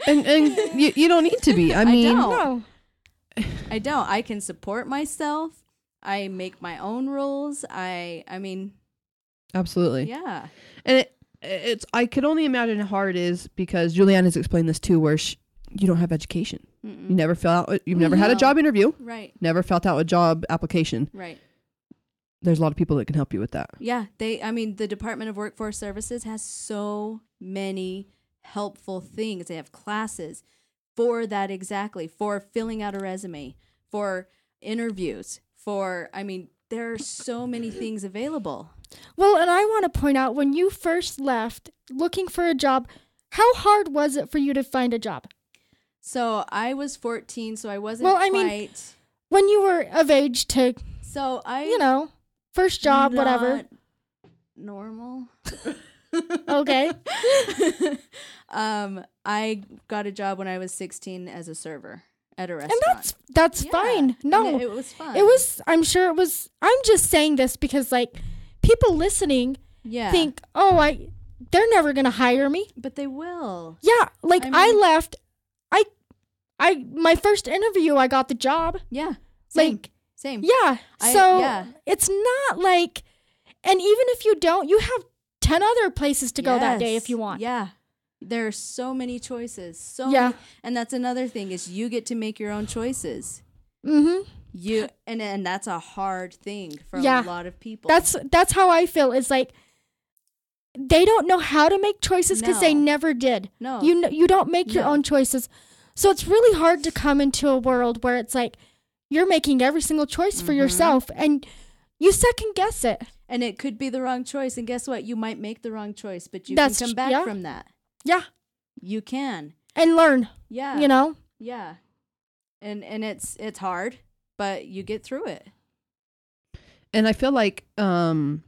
Speaker 1: And, and you, you don't need to
Speaker 2: <laughs>
Speaker 1: be. I mean,
Speaker 2: don't.
Speaker 3: No.
Speaker 2: I don't. I can support myself. I make my own rules. I I mean,
Speaker 1: absolutely.
Speaker 2: yeah.
Speaker 1: And it, it's I could only imagine how hard it is because Julianne has explained this too, where she, you don't have education. You
Speaker 2: Mm-mm.
Speaker 1: never fill out. You've never had a
Speaker 2: No.
Speaker 1: job interview.
Speaker 2: Right.
Speaker 1: Never filled out a job application.
Speaker 2: Right.
Speaker 1: There's a lot of people that can help you with that.
Speaker 2: Yeah, they I mean, the Department of Workforce Services has so many helpful things. They have classes for that exactly, for filling out a resume, for interviews, for I mean, there are so many things available.
Speaker 3: Well, and I want to point out when you first left looking for a job, how hard was it for you to find a job?
Speaker 2: So, I was 14, so I wasn't
Speaker 3: Well, I
Speaker 2: quite
Speaker 3: mean- When you were of age to,
Speaker 2: So, I
Speaker 3: you know, first job, whatever.
Speaker 2: not Normal. <laughs>
Speaker 3: Okay.
Speaker 2: um, I got a job when I was 16 as a server at a
Speaker 3: And
Speaker 2: restaurant.
Speaker 3: that's that's
Speaker 2: Yeah,
Speaker 3: fine.
Speaker 2: and
Speaker 3: No.
Speaker 2: it, it was fun.
Speaker 3: It was, I'm sure it was, I'm just saying this because, like, people listening
Speaker 2: yeah.
Speaker 3: think, oh, I, they're never going to hire me.
Speaker 2: but they will.
Speaker 3: Yeah. Like,
Speaker 2: I
Speaker 3: I,
Speaker 2: mean-
Speaker 3: left, I, I, my first interview, I got the job.
Speaker 2: Yeah, same,
Speaker 3: Like,
Speaker 2: same.
Speaker 3: yeah.
Speaker 2: I-
Speaker 3: so
Speaker 2: yeah.
Speaker 3: it's not like, and even if you don't, you have 10 other places to go that day
Speaker 2: Yes,
Speaker 3: if you want.
Speaker 2: Yeah, there are so many choices. So
Speaker 3: Yeah.
Speaker 2: many- and that's another thing is you get to make your own choices.
Speaker 3: Mm-hmm.
Speaker 2: You and and that's a hard thing for
Speaker 3: Yeah.
Speaker 2: a lot of people.
Speaker 3: That's, that's how I feel. It's like, they don't know how to make choices because they
Speaker 2: No.
Speaker 3: never did.
Speaker 2: no,
Speaker 3: You kn- you don't make your
Speaker 2: No.
Speaker 3: own choices. So it's really hard to come into a world where it's like you're making every single choice
Speaker 2: Mm-hmm.
Speaker 3: for yourself and you second guess it.
Speaker 2: and it could be the wrong choice. And guess what? You might make the wrong choice, but you
Speaker 3: That's
Speaker 2: can
Speaker 3: tr-
Speaker 2: come back
Speaker 3: yeah.
Speaker 2: from that.
Speaker 3: Yeah,
Speaker 2: You can.
Speaker 3: and learn,
Speaker 2: Yeah.
Speaker 3: you know?
Speaker 2: Yeah. And and it's it's hard, but you get through it.
Speaker 1: and I feel like um,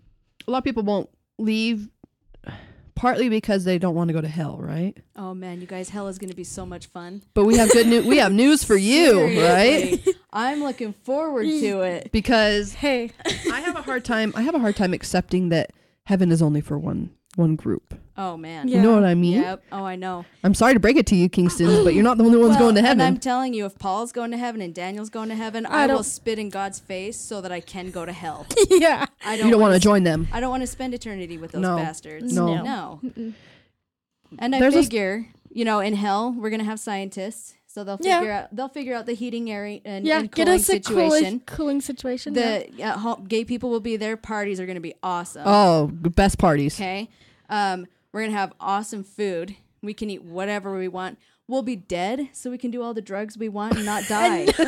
Speaker 1: a lot of people won't leave partly because they don't want to go to hell, right?
Speaker 2: Oh man, you guys, hell is going to be so much fun.
Speaker 1: But we have good news. We have news for you, right?
Speaker 2: <laughs> Seriously. I'm looking forward
Speaker 3: <laughs>
Speaker 2: to it. <laughs>
Speaker 1: Because
Speaker 3: Hey.
Speaker 1: I have a hard time. I have a hard time accepting that heaven is only for one one group.
Speaker 2: Oh man.
Speaker 1: You know
Speaker 3: Yeah.
Speaker 1: what I mean?
Speaker 2: Yep. Oh, I know.
Speaker 1: I'm sorry to break it to you, Kingston, but you're not the only ones
Speaker 2: Well,
Speaker 1: going to
Speaker 2: And I'm
Speaker 1: heaven.
Speaker 2: telling you, if Paul's going to heaven and Daniel's going to heaven,
Speaker 3: I
Speaker 2: I, will
Speaker 3: don't-
Speaker 2: spit in God's face so that I can go to hell.
Speaker 3: <laughs> yeah.
Speaker 2: I
Speaker 1: <laughs>
Speaker 2: don't.
Speaker 1: You don't want
Speaker 2: wanna
Speaker 1: to
Speaker 2: s-
Speaker 1: join them.
Speaker 2: I don't want to spend eternity with those
Speaker 1: No.
Speaker 2: bastards.
Speaker 1: No.
Speaker 2: No. And I
Speaker 1: There's a s-
Speaker 2: figure, you know, in hell we're gonna have scientists, so they'll
Speaker 3: Yeah.
Speaker 2: figure out they'll figure out the heating area and,
Speaker 3: Yeah,
Speaker 2: and
Speaker 3: get
Speaker 2: cooling
Speaker 3: us a
Speaker 2: situation.
Speaker 3: cooling, cooling situation. yeah.
Speaker 2: The uh, ho- gay people will be there. Parties are going to be awesome.
Speaker 1: Oh, best parties.
Speaker 2: Okay. Um, we're going to have awesome food. We can eat whatever we want. We'll be dead, so we can do all the drugs we want and <laughs> not die. <laughs>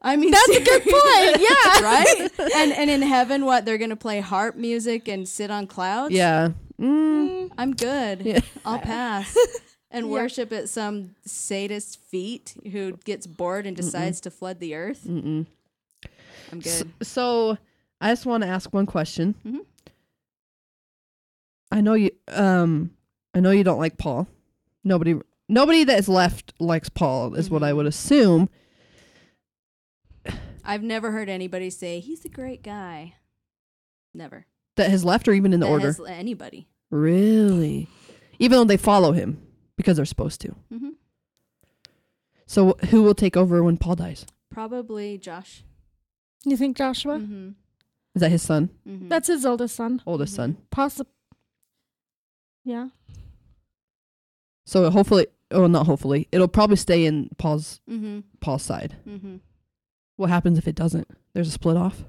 Speaker 2: I mean, that's a good point. Yeah. <laughs> right? And, and in heaven, what? They're going to play harp music and sit on clouds?
Speaker 1: Yeah. Mm.
Speaker 2: I'm good. <laughs> I'll pass. And worship at some sadist feet who gets bored and decides to flood the earth. I'm good. Mm-hmm.
Speaker 1: So I just want to ask one question. I know you. Um, I know you don't like Paul. Nobody, nobody that is left likes Paul, is what
Speaker 2: Mm-hmm.
Speaker 1: I would assume.
Speaker 2: I've never heard anybody say he's a great guy. Never.
Speaker 1: That has left, or even in the
Speaker 2: That
Speaker 1: order,
Speaker 2: has anybody.
Speaker 1: really. Even though they follow him because they're supposed to.
Speaker 2: Mhm.
Speaker 1: So who will take over when Paul dies?
Speaker 2: Probably Josh.
Speaker 3: you think Joshua?
Speaker 2: Mm-hmm.
Speaker 1: Is that his son,
Speaker 2: Mm-hmm.
Speaker 3: That's his oldest son.
Speaker 1: oldest son?
Speaker 3: Possible. Yeah.
Speaker 1: So hopefully, oh, not hopefully, it'll probably stay in Paul's
Speaker 2: mm-hmm.
Speaker 1: Paul's side.
Speaker 2: Mm-hmm.
Speaker 1: What happens if it doesn't? There's a split off,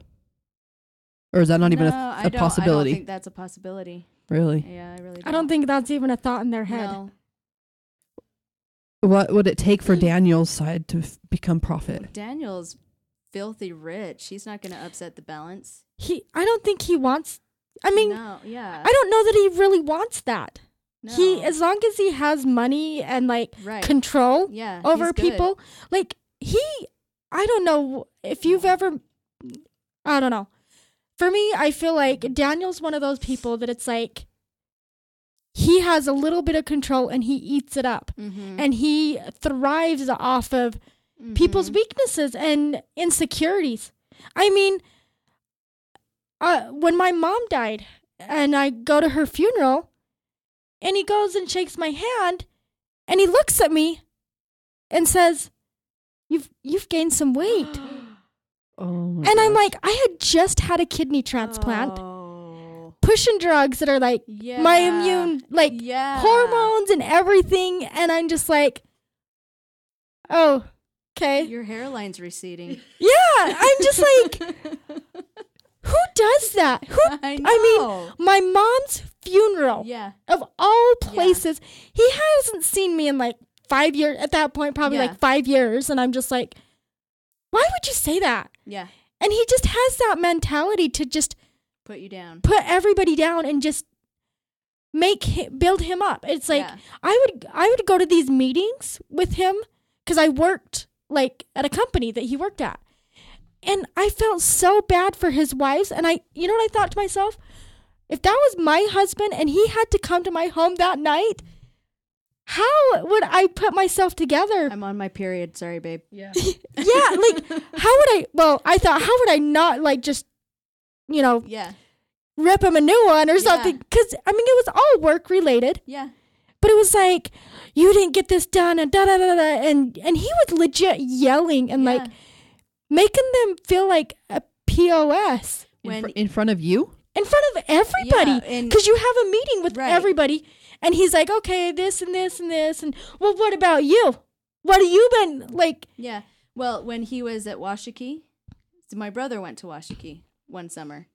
Speaker 1: or is that not even a,
Speaker 2: no, I
Speaker 1: a
Speaker 2: don't- I
Speaker 1: possibility?
Speaker 2: don't think that's a possibility.
Speaker 1: really?
Speaker 2: Yeah, I really. Don't.
Speaker 3: I don't think that's even a thought in their head.
Speaker 2: No.
Speaker 1: What would it take for Daniel's side to f- become prophet?
Speaker 2: Daniel's filthy rich. He's not going to upset the balance.
Speaker 3: He I don't think he wants I mean,
Speaker 2: no, yeah,
Speaker 3: I don't know that he really wants that.
Speaker 2: no.
Speaker 3: He as long as he has money and like
Speaker 2: right.
Speaker 3: control
Speaker 2: yeah, he's
Speaker 3: over
Speaker 2: good.
Speaker 3: people, like he I don't know if you've ever I don't know. For me, I feel like Daniel's one of those people that it's like he has a little bit of control and he eats it up
Speaker 2: Mm-hmm.
Speaker 3: and he thrives off of people's
Speaker 2: Mm-hmm.
Speaker 3: weaknesses and insecurities. I mean, uh, when my mom died and I go to her funeral, and he goes and shakes my hand, and he looks at me and says, "You've you've gained some weight,"
Speaker 2: <gasps>
Speaker 1: Oh, my
Speaker 3: and I'm
Speaker 1: gosh.
Speaker 3: like, "I had just had a kidney transplant,
Speaker 2: Oh.
Speaker 3: pushing drugs that are like
Speaker 2: Yeah.
Speaker 3: my immune like
Speaker 2: yeah.
Speaker 3: hormones and everything," and I'm just like, "Oh, okay."
Speaker 2: Your hairline's receding.
Speaker 3: Yeah, I'm just like,
Speaker 2: <laughs>
Speaker 3: who does that? Who?
Speaker 2: I know.
Speaker 3: I mean, my mom's funeral
Speaker 2: yeah.
Speaker 3: of all places. He hasn't seen me in like five years. At that point, probably
Speaker 2: Yeah.
Speaker 3: like five years, and I'm just like, why would you say that?
Speaker 2: Yeah.
Speaker 3: And he just has that mentality to just
Speaker 2: Put you down.
Speaker 3: put everybody down and just make him, build him up. It's like
Speaker 2: Yeah.
Speaker 3: I would I would go to these meetings with him because I worked like at a company that he worked at, and I felt so bad for his wives. And I, you know what I thought to myself? If that was my husband and he had to come to my home that night, how would I put myself together?
Speaker 2: <laughs> I'm on my period. Sorry, babe.
Speaker 1: yeah.
Speaker 3: yeah, like how would I? Well, I thought how would I not like just, you know,
Speaker 2: Yeah.
Speaker 3: rip him a new one or
Speaker 2: Yeah.
Speaker 3: something? Because I mean, it was all work related.
Speaker 2: Yeah.
Speaker 3: But it was like, you didn't get this done, and da da da da, and and he was legit yelling and like
Speaker 2: Yeah.
Speaker 3: making them feel like a pos
Speaker 1: In, fr-
Speaker 2: When-
Speaker 1: in front of you?
Speaker 3: in front of everybody
Speaker 2: Yeah, and-
Speaker 3: because you have a meeting with
Speaker 2: Right.
Speaker 3: everybody, and he's like, okay, this and this and this, and well, what about you? What have you been like?
Speaker 2: Yeah. Well, when he was at Washakie, so my brother went to Washakie one summer,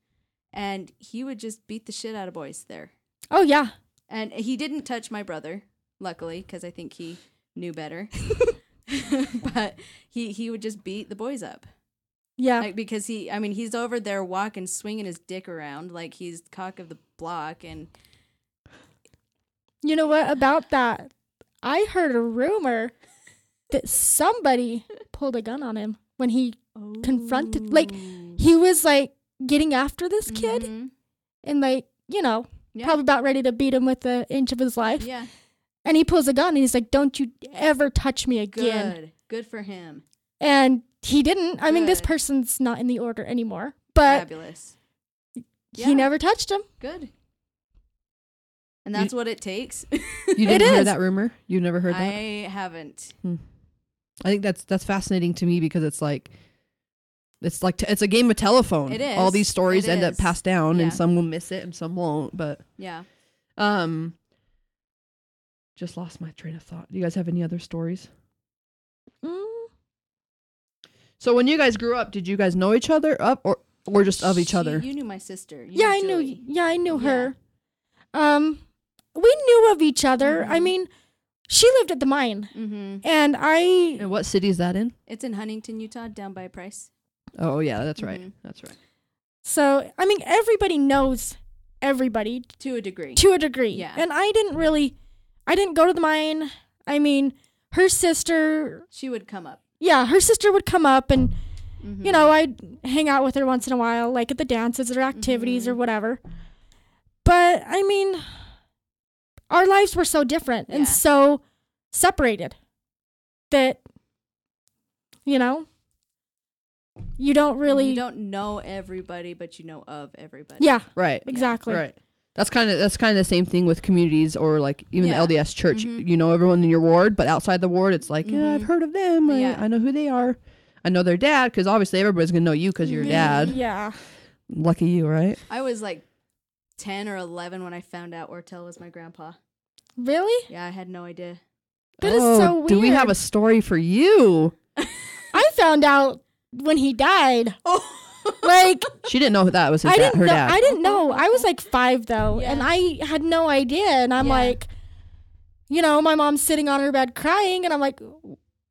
Speaker 2: and he would just beat the shit out of boys there.
Speaker 3: Oh yeah,
Speaker 2: And he didn't touch my brother, luckily, because I think he knew <laughs> better. but he he would just beat the boys up
Speaker 3: yeah,
Speaker 2: like, because he. I mean, he's over there walking, swinging his dick around like he's cock of the block, and
Speaker 3: You know what about that? I heard a rumor that somebody pulled a gun on him when he confronted. Like he was like getting after this kid
Speaker 2: Mhm.
Speaker 3: and like you know
Speaker 2: Yeah.
Speaker 3: probably about ready to beat him with the inch of his life.
Speaker 2: Yeah,
Speaker 3: And he pulls a gun and he's like, "Don't you ever touch me
Speaker 2: good,
Speaker 3: again."
Speaker 2: good for him.
Speaker 3: And he didn't. I mean, this
Speaker 2: Good.
Speaker 3: person's not in the order anymore, but
Speaker 2: Fabulous,
Speaker 3: he
Speaker 2: Yeah.
Speaker 3: never touched him.
Speaker 2: good. And that's what it takes. <laughs>
Speaker 1: You
Speaker 3: It
Speaker 1: didn't hear
Speaker 3: is.
Speaker 1: that rumor? You never heard that? I,
Speaker 2: I haven't.
Speaker 1: think that's that's fascinating to me because it's like it's like t- it's a game of telephone.
Speaker 2: It
Speaker 1: All
Speaker 2: is.
Speaker 1: these stories
Speaker 2: It
Speaker 1: end up
Speaker 2: is.
Speaker 1: passed down
Speaker 2: Yeah.
Speaker 1: and some will miss it and some won't, but
Speaker 2: Yeah.
Speaker 1: um just lost my train of thought. Do you guys have any other stories?
Speaker 3: Mm.
Speaker 1: So when you guys grew up, did you guys know each other up or or just of each
Speaker 2: She-
Speaker 1: other?
Speaker 2: You knew my sister. You
Speaker 3: yeah, I knew.
Speaker 2: Julie.
Speaker 3: Yeah, I knew
Speaker 2: Yeah.
Speaker 3: her. Um, we knew of each other. I
Speaker 2: Mhm.
Speaker 3: mean, she lived at the mine,
Speaker 2: Mm-hmm.
Speaker 3: and I.
Speaker 1: and what city is that in?
Speaker 2: It's in Huntington, Utah, down by Price.
Speaker 1: Oh yeah, that's right.
Speaker 2: Mhm.
Speaker 1: That's right.
Speaker 3: So I mean, everybody knows everybody
Speaker 2: To a degree.
Speaker 3: to a degree.
Speaker 2: Yeah.
Speaker 3: And I didn't really, I didn't go to the mine. I mean, her sister.
Speaker 2: She would come up.
Speaker 3: Yeah, her sister would come up, and
Speaker 2: Mhm.
Speaker 3: you know, I'd hang out with her once in a while, like at the dances or activities
Speaker 2: Mm-hmm.
Speaker 3: or whatever. But I mean, our lives were so different
Speaker 2: Yeah.
Speaker 3: and so separated that, you know, you don't really.
Speaker 2: You don't know everybody, but you know of everybody.
Speaker 3: yeah,
Speaker 1: Right.
Speaker 3: exactly.
Speaker 1: Right. That's kind of that's kind of the same thing with communities or like even
Speaker 2: Yeah.
Speaker 1: the LDS church.
Speaker 3: Mm-hmm.
Speaker 2: Mhm.
Speaker 1: You know everyone in your ward, but outside the ward, it's like yeah, I've heard of them. I,
Speaker 2: Yeah.
Speaker 1: I know who they are. I know their dad because obviously everybody's gonna know you because
Speaker 3: Mm-hmm.
Speaker 2: Mm-hmm.
Speaker 1: you're dad.
Speaker 3: Yeah.
Speaker 1: Lucky you, right?
Speaker 2: I was like 10 or 11 when I found out Ortel was my grandpa.
Speaker 3: Really?
Speaker 2: Yeah, I had no idea.
Speaker 3: That is so
Speaker 1: Oh, Do we have a
Speaker 3: weird.
Speaker 1: story for you?
Speaker 3: I found out when he died. Like
Speaker 1: She didn't know that was his
Speaker 3: I
Speaker 1: dad,
Speaker 3: didn't
Speaker 1: her
Speaker 3: know.
Speaker 1: dad.
Speaker 3: I didn't know. I was like five though,
Speaker 2: Yeah.
Speaker 3: and I had no idea. And I'm
Speaker 2: Yeah.
Speaker 3: like, you know, my mom's sitting on her bed crying, and I'm like,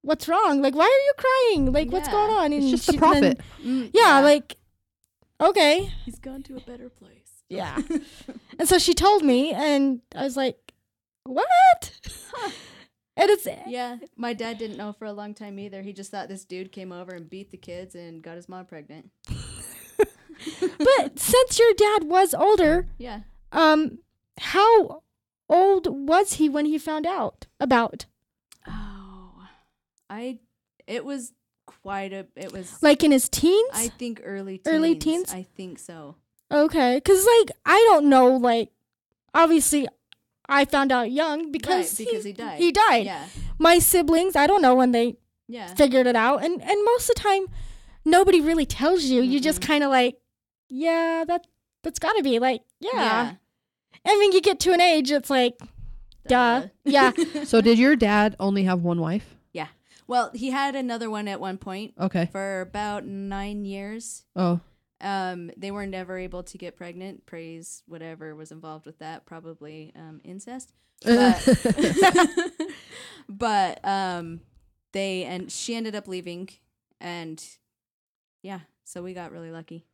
Speaker 3: what's wrong? Like, why are you crying? Like, what's
Speaker 2: Yeah.
Speaker 3: going on? And
Speaker 1: it's just the
Speaker 3: she- then-
Speaker 1: prophet.
Speaker 2: Mm,
Speaker 3: yeah, like, okay,
Speaker 2: He's gone to a better place.
Speaker 3: yeah.
Speaker 2: <laughs>
Speaker 3: and so she told me, and I was like, what? and it's <laughs>
Speaker 2: Yeah, my dad didn't know for a long time either. He just thought this dude came over and beat the kids and got his mom pregnant.
Speaker 3: but since your dad was older,
Speaker 2: Yeah.
Speaker 3: um, how old was he when he found out about?
Speaker 2: Oh, I. It was quite a. It was.
Speaker 3: Like in his teens?
Speaker 2: I think early teens.
Speaker 3: Early teens?
Speaker 2: I think so.
Speaker 3: Okay, because like I don't know, like obviously I found out young because,
Speaker 2: because he died.
Speaker 3: He died.
Speaker 2: Yeah. Uh-huh.
Speaker 3: My siblings, I don't know when they
Speaker 2: Yeah.
Speaker 3: figured it out, and and most of the time, nobody really tells you. You just kind of like, yeah, that that's got to be like, yeah. And when you get to an age, it's like, duh, yeah.
Speaker 1: So did your dad only have one wife?
Speaker 2: Yeah. <laughs> Well, he had another one at one point
Speaker 1: Okay.
Speaker 2: for about nine years.
Speaker 1: Oh,
Speaker 2: Um, they were never able to get pregnant. Praise whatever was involved with that, probably um, incest.
Speaker 1: <laughs>
Speaker 3: <laughs>
Speaker 2: But, but um, they and she ended up leaving, and yeah, so we got really lucky.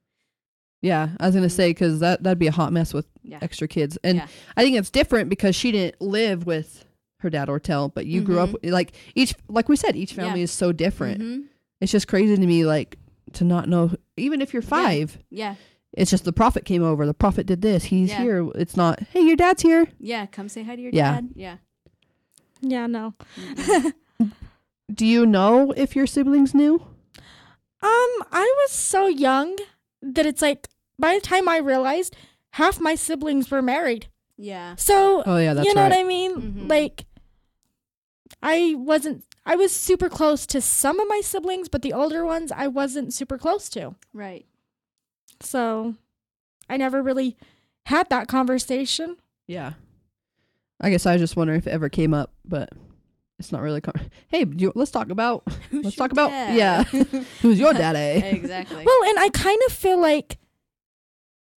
Speaker 1: yeah. I was gonna say because that that'd be a hot mess with
Speaker 2: Yeah.
Speaker 1: extra kids, and
Speaker 2: Yeah.
Speaker 1: I think it's different because she didn't live with her dad or tell, but you grew up like each like we said, each family
Speaker 2: Mm-hmm. Yeah.
Speaker 1: is so different.
Speaker 2: Mhm.
Speaker 1: It's just crazy to me, like to not know even if you're five.
Speaker 2: Yeah,
Speaker 1: It's just the prophet came over. The prophet did this. He's
Speaker 2: Yeah.
Speaker 1: here. It's not. Hey, your dad's here.
Speaker 2: yeah. Come say hi to your
Speaker 1: Yeah.
Speaker 2: dad. Yeah.
Speaker 3: Yeah, no.
Speaker 1: Do you know if your siblings knew?
Speaker 3: Um, I was so young that it's like by the time I realized half my siblings were married.
Speaker 2: Yeah.
Speaker 3: So
Speaker 1: Oh yeah, that's
Speaker 3: you know
Speaker 1: right.
Speaker 3: what I mean?
Speaker 2: Mhm.
Speaker 3: Like I wasn't I was super close to some of my siblings, but the older ones I wasn't super close to.
Speaker 2: Right. <laughs>
Speaker 3: So I never really had that conversation.
Speaker 1: yeah. I guess I was just wondering if it ever came up, but it's not really. Con- <laughs> hey, do you, let's talk about. let's talk about. Yeah. Who's your daddy?
Speaker 2: <laughs> exactly.
Speaker 3: <laughs> Well, and I kind of feel like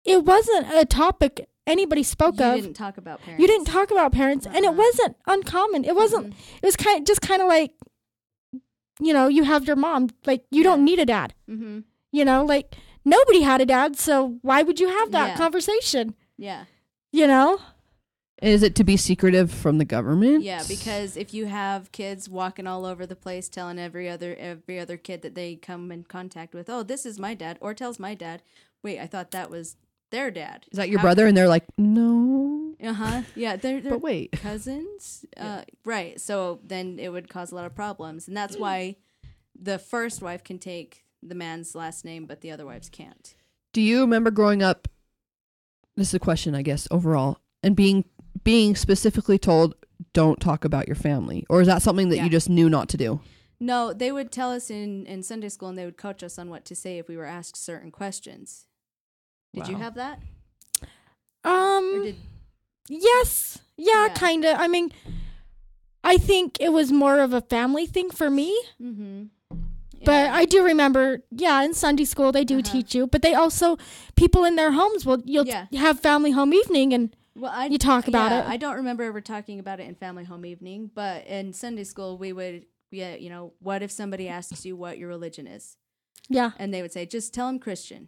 Speaker 3: it wasn't a topic anybody spoke
Speaker 2: you
Speaker 3: of.
Speaker 2: didn't talk about parents.
Speaker 3: You didn't talk about parents, and
Speaker 2: Uh-uh.
Speaker 3: it wasn't uncommon. It wasn't.
Speaker 2: Mhm.
Speaker 3: It was kind just kind of like, you know, you have your mom. Like you don't need a dad.
Speaker 2: Mm-hmm.
Speaker 3: You know, like nobody had a dad, so why would you have that
Speaker 2: Yeah.
Speaker 3: conversation?
Speaker 2: Yeah.
Speaker 3: You know,
Speaker 1: Is it to be secretive from the government?
Speaker 2: Yeah, because if you have kids walking all over the place telling every other every other kid that they come in contact with, "Oh, this is my dad," or tells my dad, "Wait, I thought that was their dad."
Speaker 1: is that your brother? And they're like, no.
Speaker 2: Uh-huh. Yeah, they're, they're
Speaker 1: But wait,
Speaker 2: cousins. Uh, right. So then it would cause a lot of problems, and that's why the first wife can take the man's last name, but the other wives can't.
Speaker 1: do you remember growing up? This is a question, I guess, overall, and being being specifically told don't talk about your family, or is that something that
Speaker 2: Yeah.
Speaker 1: you just knew not to do?
Speaker 2: No, they would tell us in, in Sunday school and they would coach us on what to say if we were asked certain questions. Did you
Speaker 1: Wow.
Speaker 2: have that? Or
Speaker 3: um,
Speaker 2: did
Speaker 3: yes, yeah,
Speaker 2: Yeah.
Speaker 3: kind of. I mean, I think it was more of a family thing for me,
Speaker 2: mm-hmm.
Speaker 3: but I do remember, yeah, in Sunday school they do
Speaker 2: Uh-huh.
Speaker 3: teach you, but they also people in their homes will you'll
Speaker 2: Yeah.
Speaker 3: have family home evening and
Speaker 2: Well, I,
Speaker 3: You talk about it.
Speaker 2: I don't remember ever talking about it in family home evening, but in Sunday school we would, yeah, you know, what if somebody asks you what your religion is,
Speaker 3: yeah,
Speaker 2: and they would say, just tell them Christian,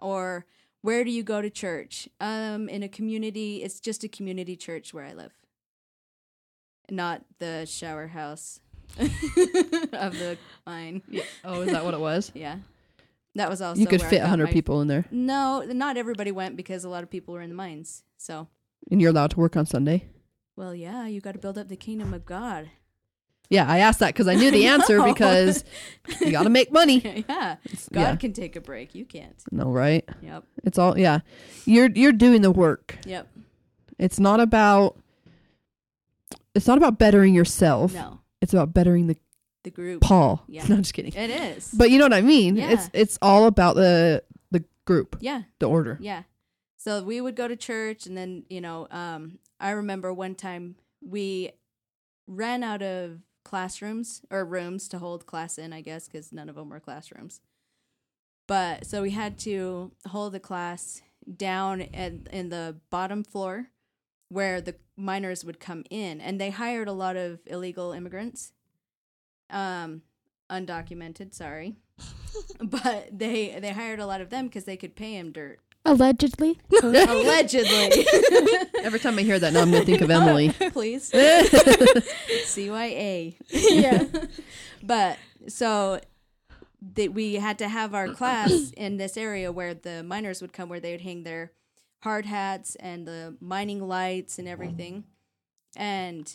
Speaker 2: or where do you go to church? Um, in a community, it's just a community church where I live, not the shower house <laughs> of the mine.
Speaker 1: <laughs> Oh, is that what it was?
Speaker 2: <laughs> Yeah, that was also
Speaker 1: you could
Speaker 2: where I
Speaker 1: fit
Speaker 2: got
Speaker 1: 100
Speaker 2: my-
Speaker 1: people in there,
Speaker 2: No, not everybody went because a lot of people were in the mines, so.
Speaker 1: and you're allowed to work on Sunday.
Speaker 2: Well, yeah, you got to build up the kingdom of God.
Speaker 1: Yeah, I asked that because I
Speaker 2: <laughs>
Speaker 1: knew the answer
Speaker 2: know.
Speaker 1: because <laughs> you
Speaker 2: <laughs>
Speaker 1: got to make money.
Speaker 2: yeah, God
Speaker 1: yeah.
Speaker 2: can take a break. You can't.
Speaker 1: No, right?
Speaker 2: Yep.
Speaker 1: It's all yeah. You're you're doing the work.
Speaker 2: Yep.
Speaker 1: It's not about it's not about bettering yourself.
Speaker 2: No,
Speaker 1: It's about bettering the
Speaker 2: the group.
Speaker 1: Paul. <laughs>
Speaker 2: Yeah.
Speaker 1: No, I'm just kidding.
Speaker 2: It is.
Speaker 1: But you know what I mean?
Speaker 2: Yeah.
Speaker 1: It's it's all about the the group,
Speaker 2: yeah,
Speaker 1: the order.
Speaker 2: yeah. So we would go to church, and then you know, um, I remember one time we ran out of classrooms or rooms to hold class in. I guess because none of them were classrooms. But so we had to hold the class down at, in the bottom floor where the miners would come in and they hired a lot of illegal immigrants um undocumented sorry but they they hired a lot of them because they could pay him dirt <laughs>
Speaker 3: allegedly.
Speaker 2: allegedly
Speaker 1: Every time I hear that now I'm gonna
Speaker 2: <laughs>
Speaker 1: think of Emily.
Speaker 2: please cya
Speaker 3: <laughs>
Speaker 2: <laughs>
Speaker 3: yeah.
Speaker 2: but so that we had to have our class <coughs> in this area where the miners would come, where they would hang their hard hats and the mining lights and everything. And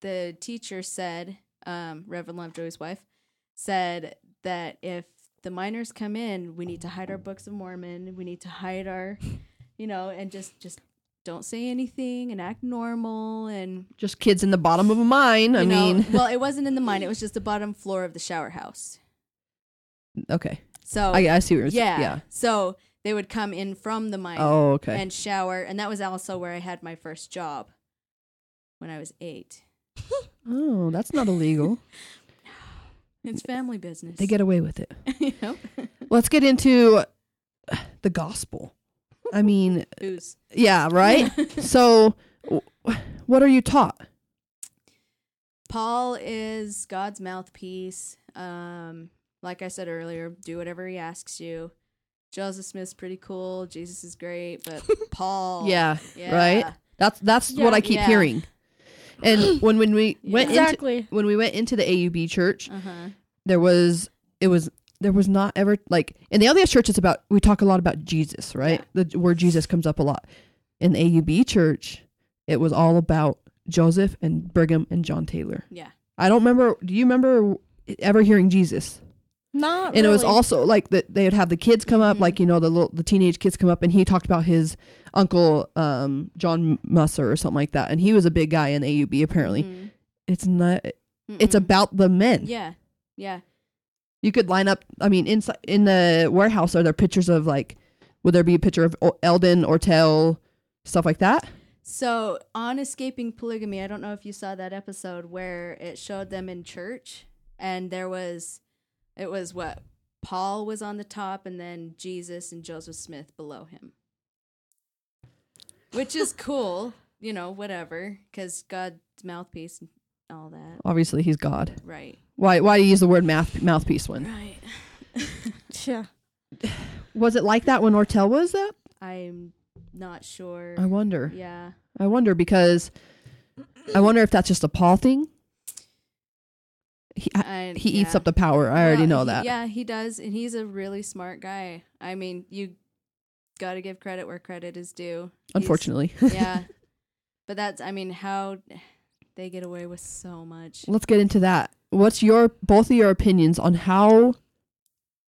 Speaker 2: the teacher said, um, Reverend Lovejoy's wife said that if the miners come in, we need to hide our books of Mormon, we need to hide our, you know, and just just don't say anything and act normal and
Speaker 1: Just kids in the bottom of a mine. I
Speaker 2: you know,
Speaker 1: mean,
Speaker 2: well, it wasn't in the mine; it was just the bottom floor of the shower house.
Speaker 1: okay.
Speaker 2: So
Speaker 1: I, I see what you're saying.
Speaker 2: yeah.
Speaker 1: Yeah.
Speaker 2: So they would come in from the mine
Speaker 1: Oh, okay.
Speaker 2: and shower, and that was also where I had my first job when I was eight.
Speaker 1: oh, that's not
Speaker 2: <laughs>
Speaker 1: illegal.
Speaker 2: It's family business.
Speaker 1: they
Speaker 2: <laughs>
Speaker 1: get away with it.
Speaker 2: you know,
Speaker 1: Let's get into the gospel. I mean,
Speaker 2: booze.
Speaker 1: yeah, right? so, w- what are you taught?
Speaker 2: <laughs> Paul is God's mouthpiece. Um, like I said earlier, do whatever he asks you. Joseph Smith's pretty cool. Jesus is great, but
Speaker 1: <laughs>
Speaker 2: Paul,
Speaker 1: Yeah,
Speaker 2: yeah,
Speaker 1: right? That's that's what
Speaker 3: Yeah.
Speaker 1: I keep
Speaker 2: Yeah.
Speaker 1: hearing.
Speaker 2: <gasps>
Speaker 1: And when when we went
Speaker 2: Yeah.
Speaker 1: into
Speaker 3: Exactly.
Speaker 1: when we went into the AUB church,
Speaker 2: Uh huh.
Speaker 1: there was it was there was not ever like in the LDS church it's about we talk a lot about Jesus, right? The word Jesus comes up a lot. In the AUB church, it was all about Joseph and Brigham and John Taylor.
Speaker 2: Yeah.
Speaker 1: I don't remember do you remember ever hearing Jesus?
Speaker 3: <laughs> Not
Speaker 1: and it was
Speaker 3: really.
Speaker 1: also like that they would have the kids come up
Speaker 2: Mhm.
Speaker 1: like you know the little the teenage kids come up and he talked about his uncle um john musser or something like that and he was a big guy in aub apparently
Speaker 2: Mhm.
Speaker 1: it's not it's
Speaker 2: Mm-mm.
Speaker 1: about the men
Speaker 2: Mm-hmm. yeah, yeah.
Speaker 1: you could line up i mean inside in the warehouse are there pictures of like would there be a picture of O- eldon ortel stuff like that
Speaker 2: So on escaping polygamy, I don't know if you saw that episode where it showed them in church, and there was, it was what Paul was on the top, and then Jesus and Joseph Smith below him, which
Speaker 1: <laughs>
Speaker 2: is cool, you know, whatever, because God's mouthpiece and all that,
Speaker 1: obviously he's god
Speaker 2: right?
Speaker 1: why why do you use the word mouth, mouthpiece when
Speaker 2: Right.
Speaker 3: <laughs> Yeah.
Speaker 1: was it like that when ortel was that
Speaker 2: I'm not sure.
Speaker 1: i wonder
Speaker 2: Yeah.
Speaker 1: i wonder because i wonder if that's just a paul thing he, I-
Speaker 2: I-
Speaker 1: he eats
Speaker 2: yeah.
Speaker 1: up the power. I already
Speaker 2: Well,
Speaker 1: know
Speaker 2: he-
Speaker 1: that.
Speaker 2: Yeah, he does, and he's a really smart guy. I mean, you got to give credit where credit is due. He's-
Speaker 1: Unfortunately. <laughs>
Speaker 2: yeah, but that's I mean how they get away with so much.
Speaker 1: Let's get into that. What's your both of your opinions on how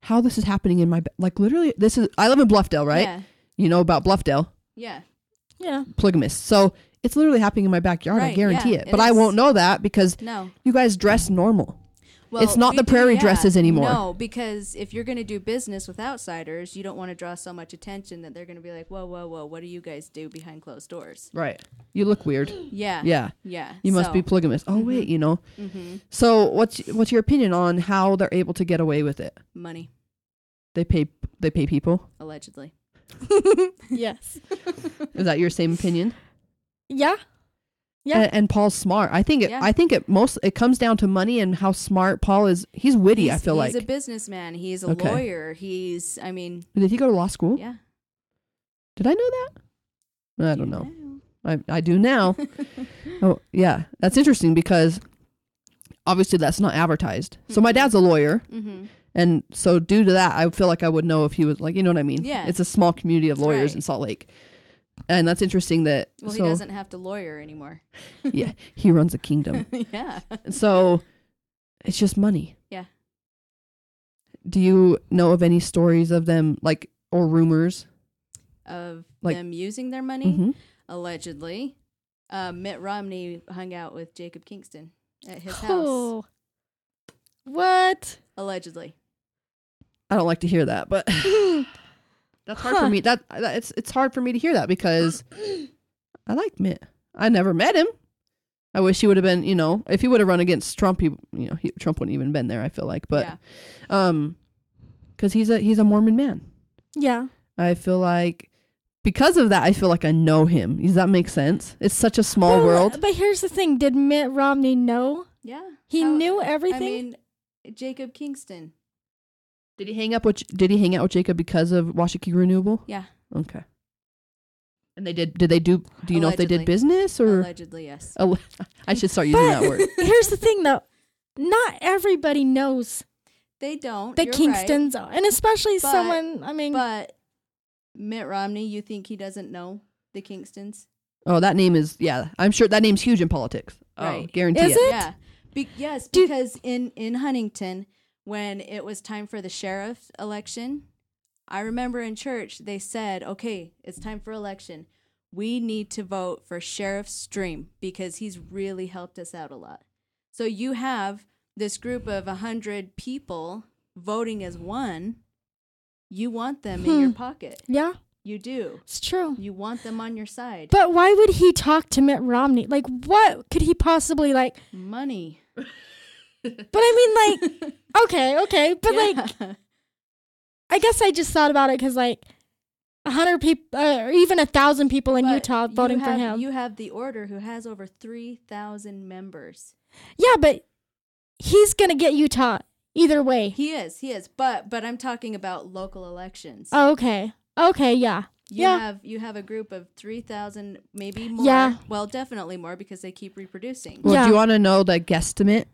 Speaker 1: how this is happening in my ba- like literally this is I live in Bluffdale, right?
Speaker 2: Yeah,
Speaker 1: You know about Bluffdale,
Speaker 2: yeah, <laughs>
Speaker 3: Yeah.
Speaker 1: polygamists. So it's literally happening in my backyard. I
Speaker 2: Right,
Speaker 1: guarantee
Speaker 2: yeah,
Speaker 1: it.
Speaker 2: it
Speaker 1: But I
Speaker 2: is.
Speaker 1: won't know that because
Speaker 2: no.
Speaker 1: you guys dress normal.
Speaker 2: Well,
Speaker 1: It's not
Speaker 2: we
Speaker 1: the
Speaker 2: do-
Speaker 1: prairie dresses anymore.
Speaker 2: No, because if you're going to do business with outsiders, you don't want to draw so much attention that they're going to be like, "Whoa, whoa, whoa! What do you guys do behind closed doors?"
Speaker 1: Right. You look weird.
Speaker 2: Yeah,
Speaker 1: Yeah.
Speaker 2: yeah.
Speaker 1: You must
Speaker 2: so-
Speaker 1: be polygamist. Oh wait, you know.
Speaker 2: Mhm.
Speaker 1: So what's what's your opinion on how they're able to get away with it?
Speaker 2: money
Speaker 1: They pay they pay people.
Speaker 2: allegedly.
Speaker 3: Yes.
Speaker 1: Is that your same
Speaker 2: <laughs>
Speaker 1: opinion?
Speaker 3: Yeah. Yeah.
Speaker 1: and, and Paul's smart. I think it.
Speaker 2: Yeah.
Speaker 1: I think it most. It comes down to money and how smart Paul is. He's witty. I
Speaker 2: He's-
Speaker 1: feel like.
Speaker 2: he's a businessman. He's a
Speaker 1: Okay.
Speaker 2: lawyer. He's, I mean,
Speaker 1: Did he go to law school?
Speaker 2: yeah.
Speaker 1: Did I know that? I don't know. I I do
Speaker 2: <laughs>
Speaker 1: now. oh yeah, that's interesting because obviously that's not advertised. So my
Speaker 2: Mhm.
Speaker 1: dad's a lawyer,
Speaker 2: Mm-hmm.
Speaker 1: and so due to that, I feel like I would know if he was like you know what I mean.
Speaker 2: Yeah.
Speaker 1: It's a small community of lawyers
Speaker 2: Right.
Speaker 1: in Salt Lake, and that's interesting that.
Speaker 2: Well,
Speaker 1: so
Speaker 2: he doesn't have to lawyer anymore.
Speaker 1: <laughs> yeah, he runs a
Speaker 2: <laughs>
Speaker 1: kingdom.
Speaker 2: yeah.
Speaker 1: And so it's just money.
Speaker 2: Yeah.
Speaker 1: Do you know of any stories of them like or rumors?
Speaker 2: Of
Speaker 1: Like-
Speaker 2: them using their money,
Speaker 1: Mhm.
Speaker 2: allegedly. Uh, Mitt Romney hung out with Jacob Kingston
Speaker 1: <gasps>
Speaker 2: at his house,
Speaker 3: Oh. What? <clears throat>
Speaker 2: allegedly.
Speaker 1: I don't like to hear that, but <laughs> that's hard for
Speaker 3: Huh.
Speaker 1: me. That, that it's it's hard for me to hear that because I like Mitt. I never met him. I wish he would have been, you know, if he would have run against Trump, he, you know, he, Trump wouldn't even been there. I feel like, but
Speaker 2: yeah.
Speaker 1: um, because he's a he's a Mormon man.
Speaker 3: Yeah.
Speaker 1: I feel like because of that, I feel like I know him. Does that make sense? It's such a small
Speaker 3: Well,
Speaker 1: world.
Speaker 3: But here's the thing: Did Mitt Romney know?
Speaker 2: yeah.
Speaker 3: He
Speaker 2: How-
Speaker 3: knew
Speaker 2: I
Speaker 3: everything.
Speaker 2: mean, Jacob Kingston.
Speaker 1: Did he hang up with Did he hang out with Jacob because of Washakie Renewable?
Speaker 2: Yeah.
Speaker 1: Okay. And they did. Did they do? Do you know if they did
Speaker 2: Allegedly.
Speaker 1: business or? Oh,
Speaker 2: Allegedly,
Speaker 1: <laughs>
Speaker 2: yes.
Speaker 1: Alle-
Speaker 2: <laughs>
Speaker 1: I should start using Oh, that word.
Speaker 3: here's the thing, though: Not everybody knows
Speaker 2: They don't.
Speaker 3: the
Speaker 2: you're right.
Speaker 3: Kingstons, are- and especially
Speaker 2: But-
Speaker 3: someone. I mean,
Speaker 2: But Mitt Romney, you think he doesn't know the Kingstons?
Speaker 1: Oh, that name is yeah. I'm sure that name's huge in politics. Oh,
Speaker 2: Right.
Speaker 1: guarantee
Speaker 3: Is
Speaker 1: it.
Speaker 3: it?
Speaker 2: Yeah. Be- yes,
Speaker 3: Do-
Speaker 2: because in in Huntington, when it was time for the sheriff's election, I remember in church they said, "Okay, it's time for election. We need to vote for Sheriff Stream because he's really helped us out a lot." So you have this group of a hundred people voting as one. You want them in
Speaker 3: Hmm.
Speaker 2: your pocket.
Speaker 3: yeah,
Speaker 2: You do.
Speaker 3: it's true.
Speaker 2: You want them on your side.
Speaker 3: But why would he talk to Mitt Romney? Like, what could he possibly like?
Speaker 2: Money.
Speaker 3: But I
Speaker 2: <laughs>
Speaker 3: mean, like, okay, okay, but <laughs> like,
Speaker 2: Yeah.
Speaker 3: I guess I just thought about it because like a hundred people, uh, or even a thousand people in
Speaker 2: But
Speaker 3: Utah
Speaker 2: you
Speaker 3: voting for
Speaker 2: have-
Speaker 3: him.
Speaker 2: You have the order who has over 3,000 members.
Speaker 3: yeah, but he's gonna get Utah either way.
Speaker 2: He is, he is. But but I'm talking about local elections.
Speaker 3: Oh, okay, okay, yeah,
Speaker 2: you
Speaker 3: yeah.
Speaker 2: have you have a group of 3,000 maybe more.
Speaker 3: Yeah.
Speaker 2: Well, definitely more because they keep reproducing.
Speaker 1: Well,
Speaker 3: Yeah.
Speaker 1: do you want to know the guesstimate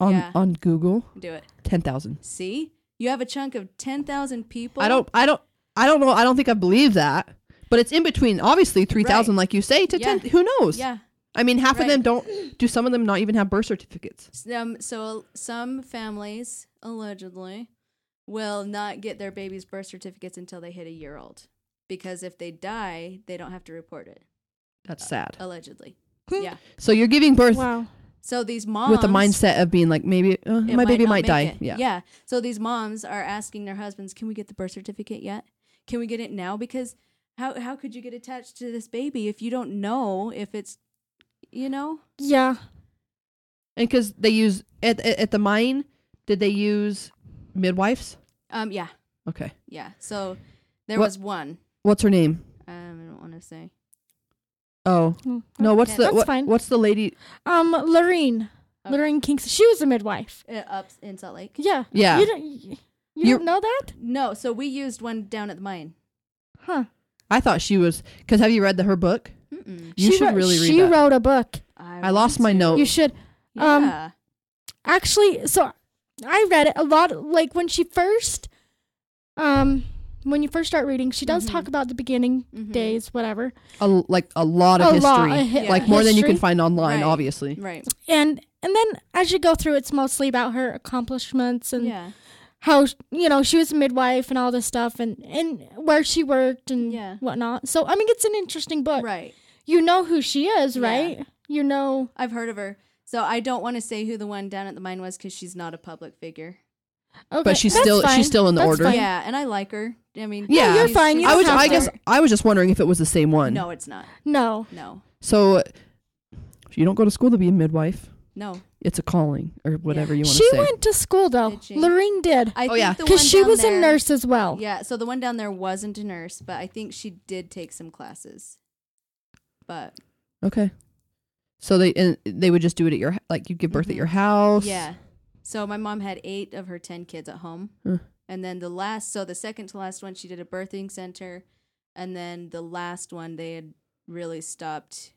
Speaker 1: on
Speaker 2: Yeah.
Speaker 1: on Google?
Speaker 2: Do it.
Speaker 1: Ten thousand.
Speaker 2: See? You have a chunk of 10,000 people.
Speaker 1: I don't. I don't. I don't know. I don't think I believe that. But it's in between, obviously, three thousand, like you say, to
Speaker 2: Yeah.
Speaker 1: ten. Who knows?
Speaker 2: Yeah.
Speaker 1: I mean, half
Speaker 2: Right.
Speaker 1: of them don't. Do some of them not even have birth certificates?
Speaker 2: Um, so some families allegedly will not get their baby's birth certificates until they hit a year old because if they die, they don't have to report it.
Speaker 1: That's sad.
Speaker 2: Allegedly.
Speaker 3: Hmm.
Speaker 2: yeah.
Speaker 1: So you're giving birth
Speaker 3: Wow.
Speaker 2: So these moms
Speaker 1: with the mindset of being like, maybe uh,
Speaker 2: it
Speaker 1: my baby
Speaker 2: not
Speaker 1: might
Speaker 2: make
Speaker 1: die.
Speaker 2: it.
Speaker 1: Yeah.
Speaker 2: Yeah. So these moms are asking their husbands, "Can we get the birth certificate yet? Can we get it now because how how could you get attached to this baby if you don't know if it's you know?
Speaker 3: Yeah.
Speaker 1: And because they use at, at at the mine, did they use midwives?
Speaker 2: Um yeah.
Speaker 1: Okay.
Speaker 2: Yeah. So there
Speaker 1: What-
Speaker 2: was one.
Speaker 1: What's her name?
Speaker 2: Um I don't want to say.
Speaker 1: Oh,
Speaker 3: Mm.
Speaker 1: No, what's
Speaker 2: Okay.
Speaker 1: the
Speaker 3: That's
Speaker 1: what,
Speaker 3: fine.
Speaker 1: what's the lady?
Speaker 3: Um, Lorraine.
Speaker 1: Uh.
Speaker 2: Okay.
Speaker 3: Lorraine Kingston. She was a midwife.
Speaker 2: Uh, up in Salt Lake.
Speaker 3: Yeah.
Speaker 1: Yeah.
Speaker 3: You don't, you, you
Speaker 1: You're-
Speaker 3: don't know that?
Speaker 2: No, so we used one down at the mine.
Speaker 3: Huh.
Speaker 1: I thought she was because have you read the, her book?
Speaker 2: Mm-mm.
Speaker 1: You
Speaker 3: she
Speaker 1: should
Speaker 3: wrote,
Speaker 1: really read
Speaker 3: She
Speaker 1: that. Oh.
Speaker 3: wrote a book.
Speaker 1: I lost
Speaker 2: want
Speaker 1: my
Speaker 2: to.
Speaker 1: note.
Speaker 3: You should. um,
Speaker 2: Yeah.
Speaker 3: Actually, so I read it a lot. Like when she first, um, when you first start reading, she does
Speaker 1: Mm-hmm.
Speaker 2: Mhm.
Speaker 3: talk about the beginning
Speaker 2: Mhm.
Speaker 3: days, whatever.
Speaker 1: a, like Mm-hmm. a lot of
Speaker 3: a
Speaker 1: history,
Speaker 3: lot, a hi-
Speaker 2: Yeah.
Speaker 1: like more than you can
Speaker 3: history.
Speaker 1: find online,
Speaker 2: Right.
Speaker 1: obviously.
Speaker 2: right.
Speaker 3: And and then as you go through, it's mostly about her accomplishments and
Speaker 2: Yeah.
Speaker 3: how you know she was a midwife and all this stuff and and where she worked and
Speaker 2: Yeah.
Speaker 3: whatnot. So I mean, it's an interesting book.
Speaker 2: Right.
Speaker 3: You know who she is,
Speaker 2: Yeah.
Speaker 3: right? You know.
Speaker 2: I've heard of her. So I don't want to say who the one down at the mine was because she's not a public figure.
Speaker 3: Okay,
Speaker 1: But she's
Speaker 3: that's
Speaker 1: still- she's
Speaker 3: fine.
Speaker 1: still in the
Speaker 3: That's
Speaker 1: order.
Speaker 3: fine.
Speaker 2: Yeah, and I like her. I mean,
Speaker 1: Yeah, you're
Speaker 2: she's-
Speaker 3: fine. You
Speaker 2: she's
Speaker 1: I
Speaker 3: don't
Speaker 1: was
Speaker 2: a
Speaker 3: have
Speaker 1: I
Speaker 3: to.
Speaker 1: guess
Speaker 2: smart-
Speaker 1: I was just wondering if it was the same one.
Speaker 2: No, it's not.
Speaker 3: No.
Speaker 2: No,
Speaker 1: So you don't go to school to be a midwife.
Speaker 2: no.
Speaker 1: It's a calling or whatever you want
Speaker 3: She
Speaker 1: to say.
Speaker 3: went to school though.
Speaker 2: Did she?
Speaker 3: Lorraine did.
Speaker 2: I
Speaker 1: Oh,
Speaker 2: think
Speaker 1: yeah.
Speaker 2: the
Speaker 3: Because
Speaker 2: one
Speaker 3: she
Speaker 2: down
Speaker 3: was
Speaker 2: there-
Speaker 3: a nurse as well.
Speaker 2: Yeah, so the one down there wasn't a nurse, but I think she did take some classes. But
Speaker 1: okay. So they and they would just do it at your like you give birth
Speaker 3: Mm-hmm.
Speaker 1: at
Speaker 2: Mhm.
Speaker 1: your house.
Speaker 2: yeah, so my mom had eight of her ten kids at home,
Speaker 1: Huh.
Speaker 2: and then the last, so the second to last one, she did a birthing center, and then the last one they had really stopped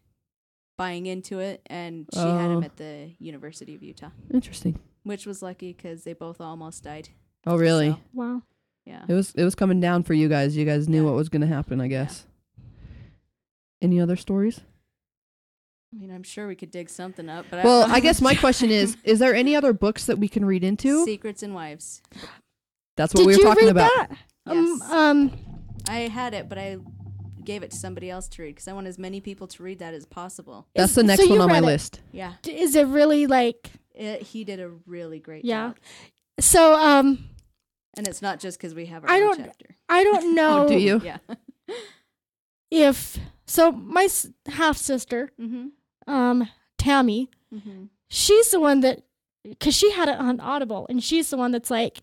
Speaker 2: buying into it, and she had 'em had
Speaker 1: Oh.
Speaker 2: them at the University of Utah.
Speaker 1: Interesting.
Speaker 2: which was lucky because they both almost died.
Speaker 1: Oh really?
Speaker 2: So,
Speaker 3: Wow.
Speaker 2: yeah.
Speaker 1: It was it was coming down for you guys. You guys knew
Speaker 2: Yeah.
Speaker 1: what was going to happen, I guess. Any other stories?
Speaker 2: I mean, I'm sure we could dig something up, but
Speaker 1: Well,
Speaker 3: <laughs>
Speaker 2: I,
Speaker 1: I guess
Speaker 2: <laughs>
Speaker 1: my question is: Is there any other books that we can read
Speaker 3: <laughs>
Speaker 1: into?
Speaker 2: Secrets and Wives.
Speaker 1: That's what
Speaker 3: Did
Speaker 1: we were
Speaker 3: you
Speaker 1: talking
Speaker 3: read
Speaker 1: about.
Speaker 3: that? Um,
Speaker 2: Yes.
Speaker 3: um
Speaker 2: I had it, but I gave it to somebody else to read because I want as many people to read that as possible.
Speaker 1: That's
Speaker 3: is-
Speaker 1: the next
Speaker 3: so you
Speaker 1: one on my
Speaker 3: read it.
Speaker 1: list.
Speaker 2: Yeah,
Speaker 3: D- Is it really like
Speaker 2: it, he did a really great
Speaker 3: Yeah.
Speaker 2: job,
Speaker 3: so um
Speaker 2: and it's not just because we have our
Speaker 3: I
Speaker 2: own
Speaker 3: don't-
Speaker 2: chapter.
Speaker 1: <laughs>
Speaker 3: I don't know
Speaker 1: Oh, Do you?
Speaker 2: Yeah. <laughs>
Speaker 3: if so my s- half sister,
Speaker 2: mm-hmm.
Speaker 3: um Tammy,
Speaker 2: Mm-hmm.
Speaker 3: she's the one that cuz she had it on Audible and she's the one that's like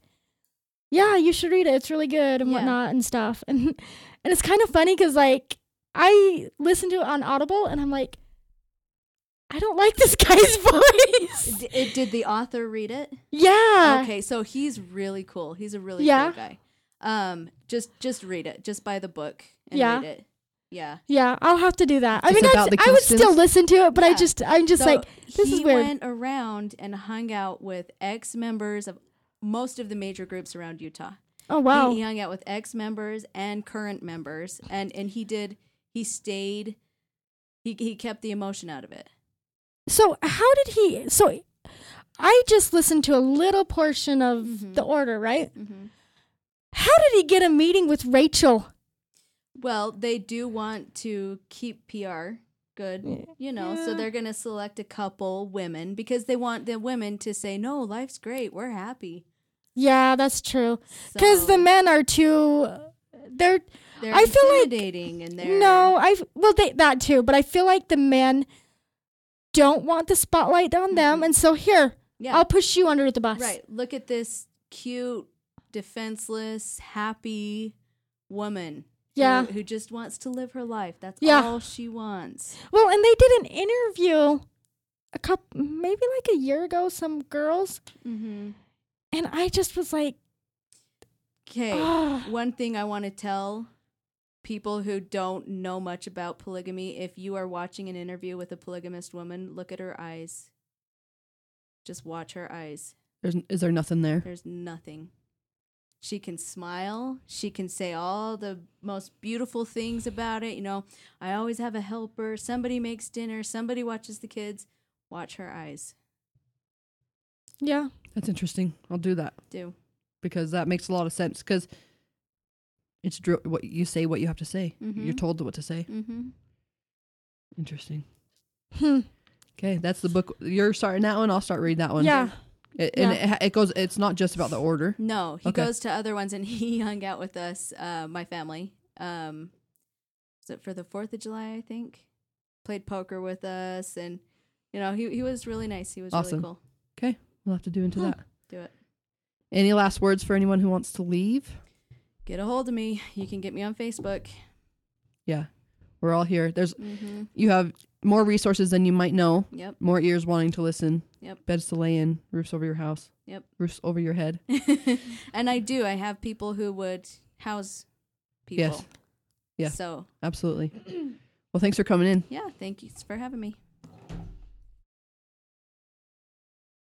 Speaker 3: yeah, you should read it. It's really good and
Speaker 2: Yeah.
Speaker 3: whatnot and stuff. <laughs> And and it's kind of funny cuz like I listen to it on Audible and I'm like I don't like this <laughs> guy's voice.
Speaker 2: D- it, did the author read it?
Speaker 3: Yeah.
Speaker 2: okay, so he's really cool. He's a really
Speaker 3: Yeah.
Speaker 2: cool guy. Um, just just read it. Just buy the book and
Speaker 3: Yeah.
Speaker 2: read it. Yeah.
Speaker 3: Yeah, I'll have to do that. I
Speaker 1: It's
Speaker 3: mean,
Speaker 1: about
Speaker 3: I'd,
Speaker 1: the
Speaker 3: I would still
Speaker 1: Kingstons?
Speaker 3: listen to it, but I
Speaker 2: Yeah.
Speaker 3: just, I'm just
Speaker 2: So
Speaker 3: like, this
Speaker 2: he
Speaker 3: is weird.
Speaker 2: went around and hung out with ex members of most of the major groups around Utah.
Speaker 3: Oh wow.
Speaker 2: He, uh, he hung out with ex members and current members, and and he did. He stayed. He he kept the emotion out of it.
Speaker 3: So how did he? So I just listened to a little portion of
Speaker 2: Mhm.
Speaker 3: the order, right?
Speaker 2: Mm-hmm.
Speaker 3: How did he get a meeting with Rachel?
Speaker 2: Well, they do want to keep PR good, you know. So
Speaker 3: Yeah.
Speaker 2: they're going to select a couple women because they want the women to say, "No, life's great. We're happy."
Speaker 3: Yeah, that's true. Because
Speaker 2: Because
Speaker 3: the men are too. They're
Speaker 2: they're
Speaker 3: I feel like-
Speaker 2: intimidating and they're
Speaker 3: no. I well they, that too, but I feel like the men don't want the spotlight on them, and so here
Speaker 2: yeah
Speaker 3: I'll push you under the bus.
Speaker 2: right. Look at this cute, defenseless, happy woman. who-
Speaker 3: Yeah.
Speaker 2: who, just wants to live her life. That's
Speaker 3: Yeah.
Speaker 2: all she wants.
Speaker 3: Well, and they did an interview a couple, maybe like a year ago, some girls,
Speaker 2: Mm-hmm.
Speaker 3: and I just was like,
Speaker 2: Okay.
Speaker 3: ah,
Speaker 2: One thing I want to tell people who don't know much about polygamy if you are watching an interview with a polygamist woman, look at her eyes. Just watch her eyes.
Speaker 1: There's, is there nothing there?
Speaker 2: There's nothing. She can smile. She can say all the most beautiful things about it. You know, I always have a helper. Somebody makes dinner. Somebody watches the kids. Watch her eyes.
Speaker 3: yeah,
Speaker 1: That's interesting. I'll do that
Speaker 2: Do.
Speaker 1: because that makes a lot of sense. Because it's dr- what you say, what you have to say. You're
Speaker 2: Mhm.
Speaker 1: told what to say.
Speaker 2: Mm-hmm.
Speaker 1: Interesting.
Speaker 3: hmm.
Speaker 1: Okay, that's the book. You're starting that one. I'll start reading that one.
Speaker 3: yeah.
Speaker 1: It, and it ha- it, goes. It's not just about the order.
Speaker 2: No, he
Speaker 1: Okay.
Speaker 2: goes to other ones, and <laughs> he hung out with us, uh, my family. Um, was it for the Fourth of July? I think played poker with us, and you know he he was really nice. He was
Speaker 1: Awesome.
Speaker 2: really cool.
Speaker 1: We'll have to do into
Speaker 3: Hmm.
Speaker 1: that.
Speaker 2: Do it.
Speaker 1: Any last words for anyone who wants to leave?
Speaker 2: Get a hold of me. You can get me on Facebook.
Speaker 1: Yeah, we're all here. There's
Speaker 2: Mm-hmm.
Speaker 1: you have more resources than you might know.
Speaker 2: Yep.
Speaker 1: More ears wanting to listen.
Speaker 2: Yep.
Speaker 1: Beds to lay in. Roofs over your house.
Speaker 2: Yep.
Speaker 1: Roofs over your head.
Speaker 2: <laughs> and I do. I have people who would house people.
Speaker 1: Yes. Yeah.
Speaker 2: So <clears throat>
Speaker 1: Absolutely. well, thanks for coming in.
Speaker 2: yeah, thank you for having me.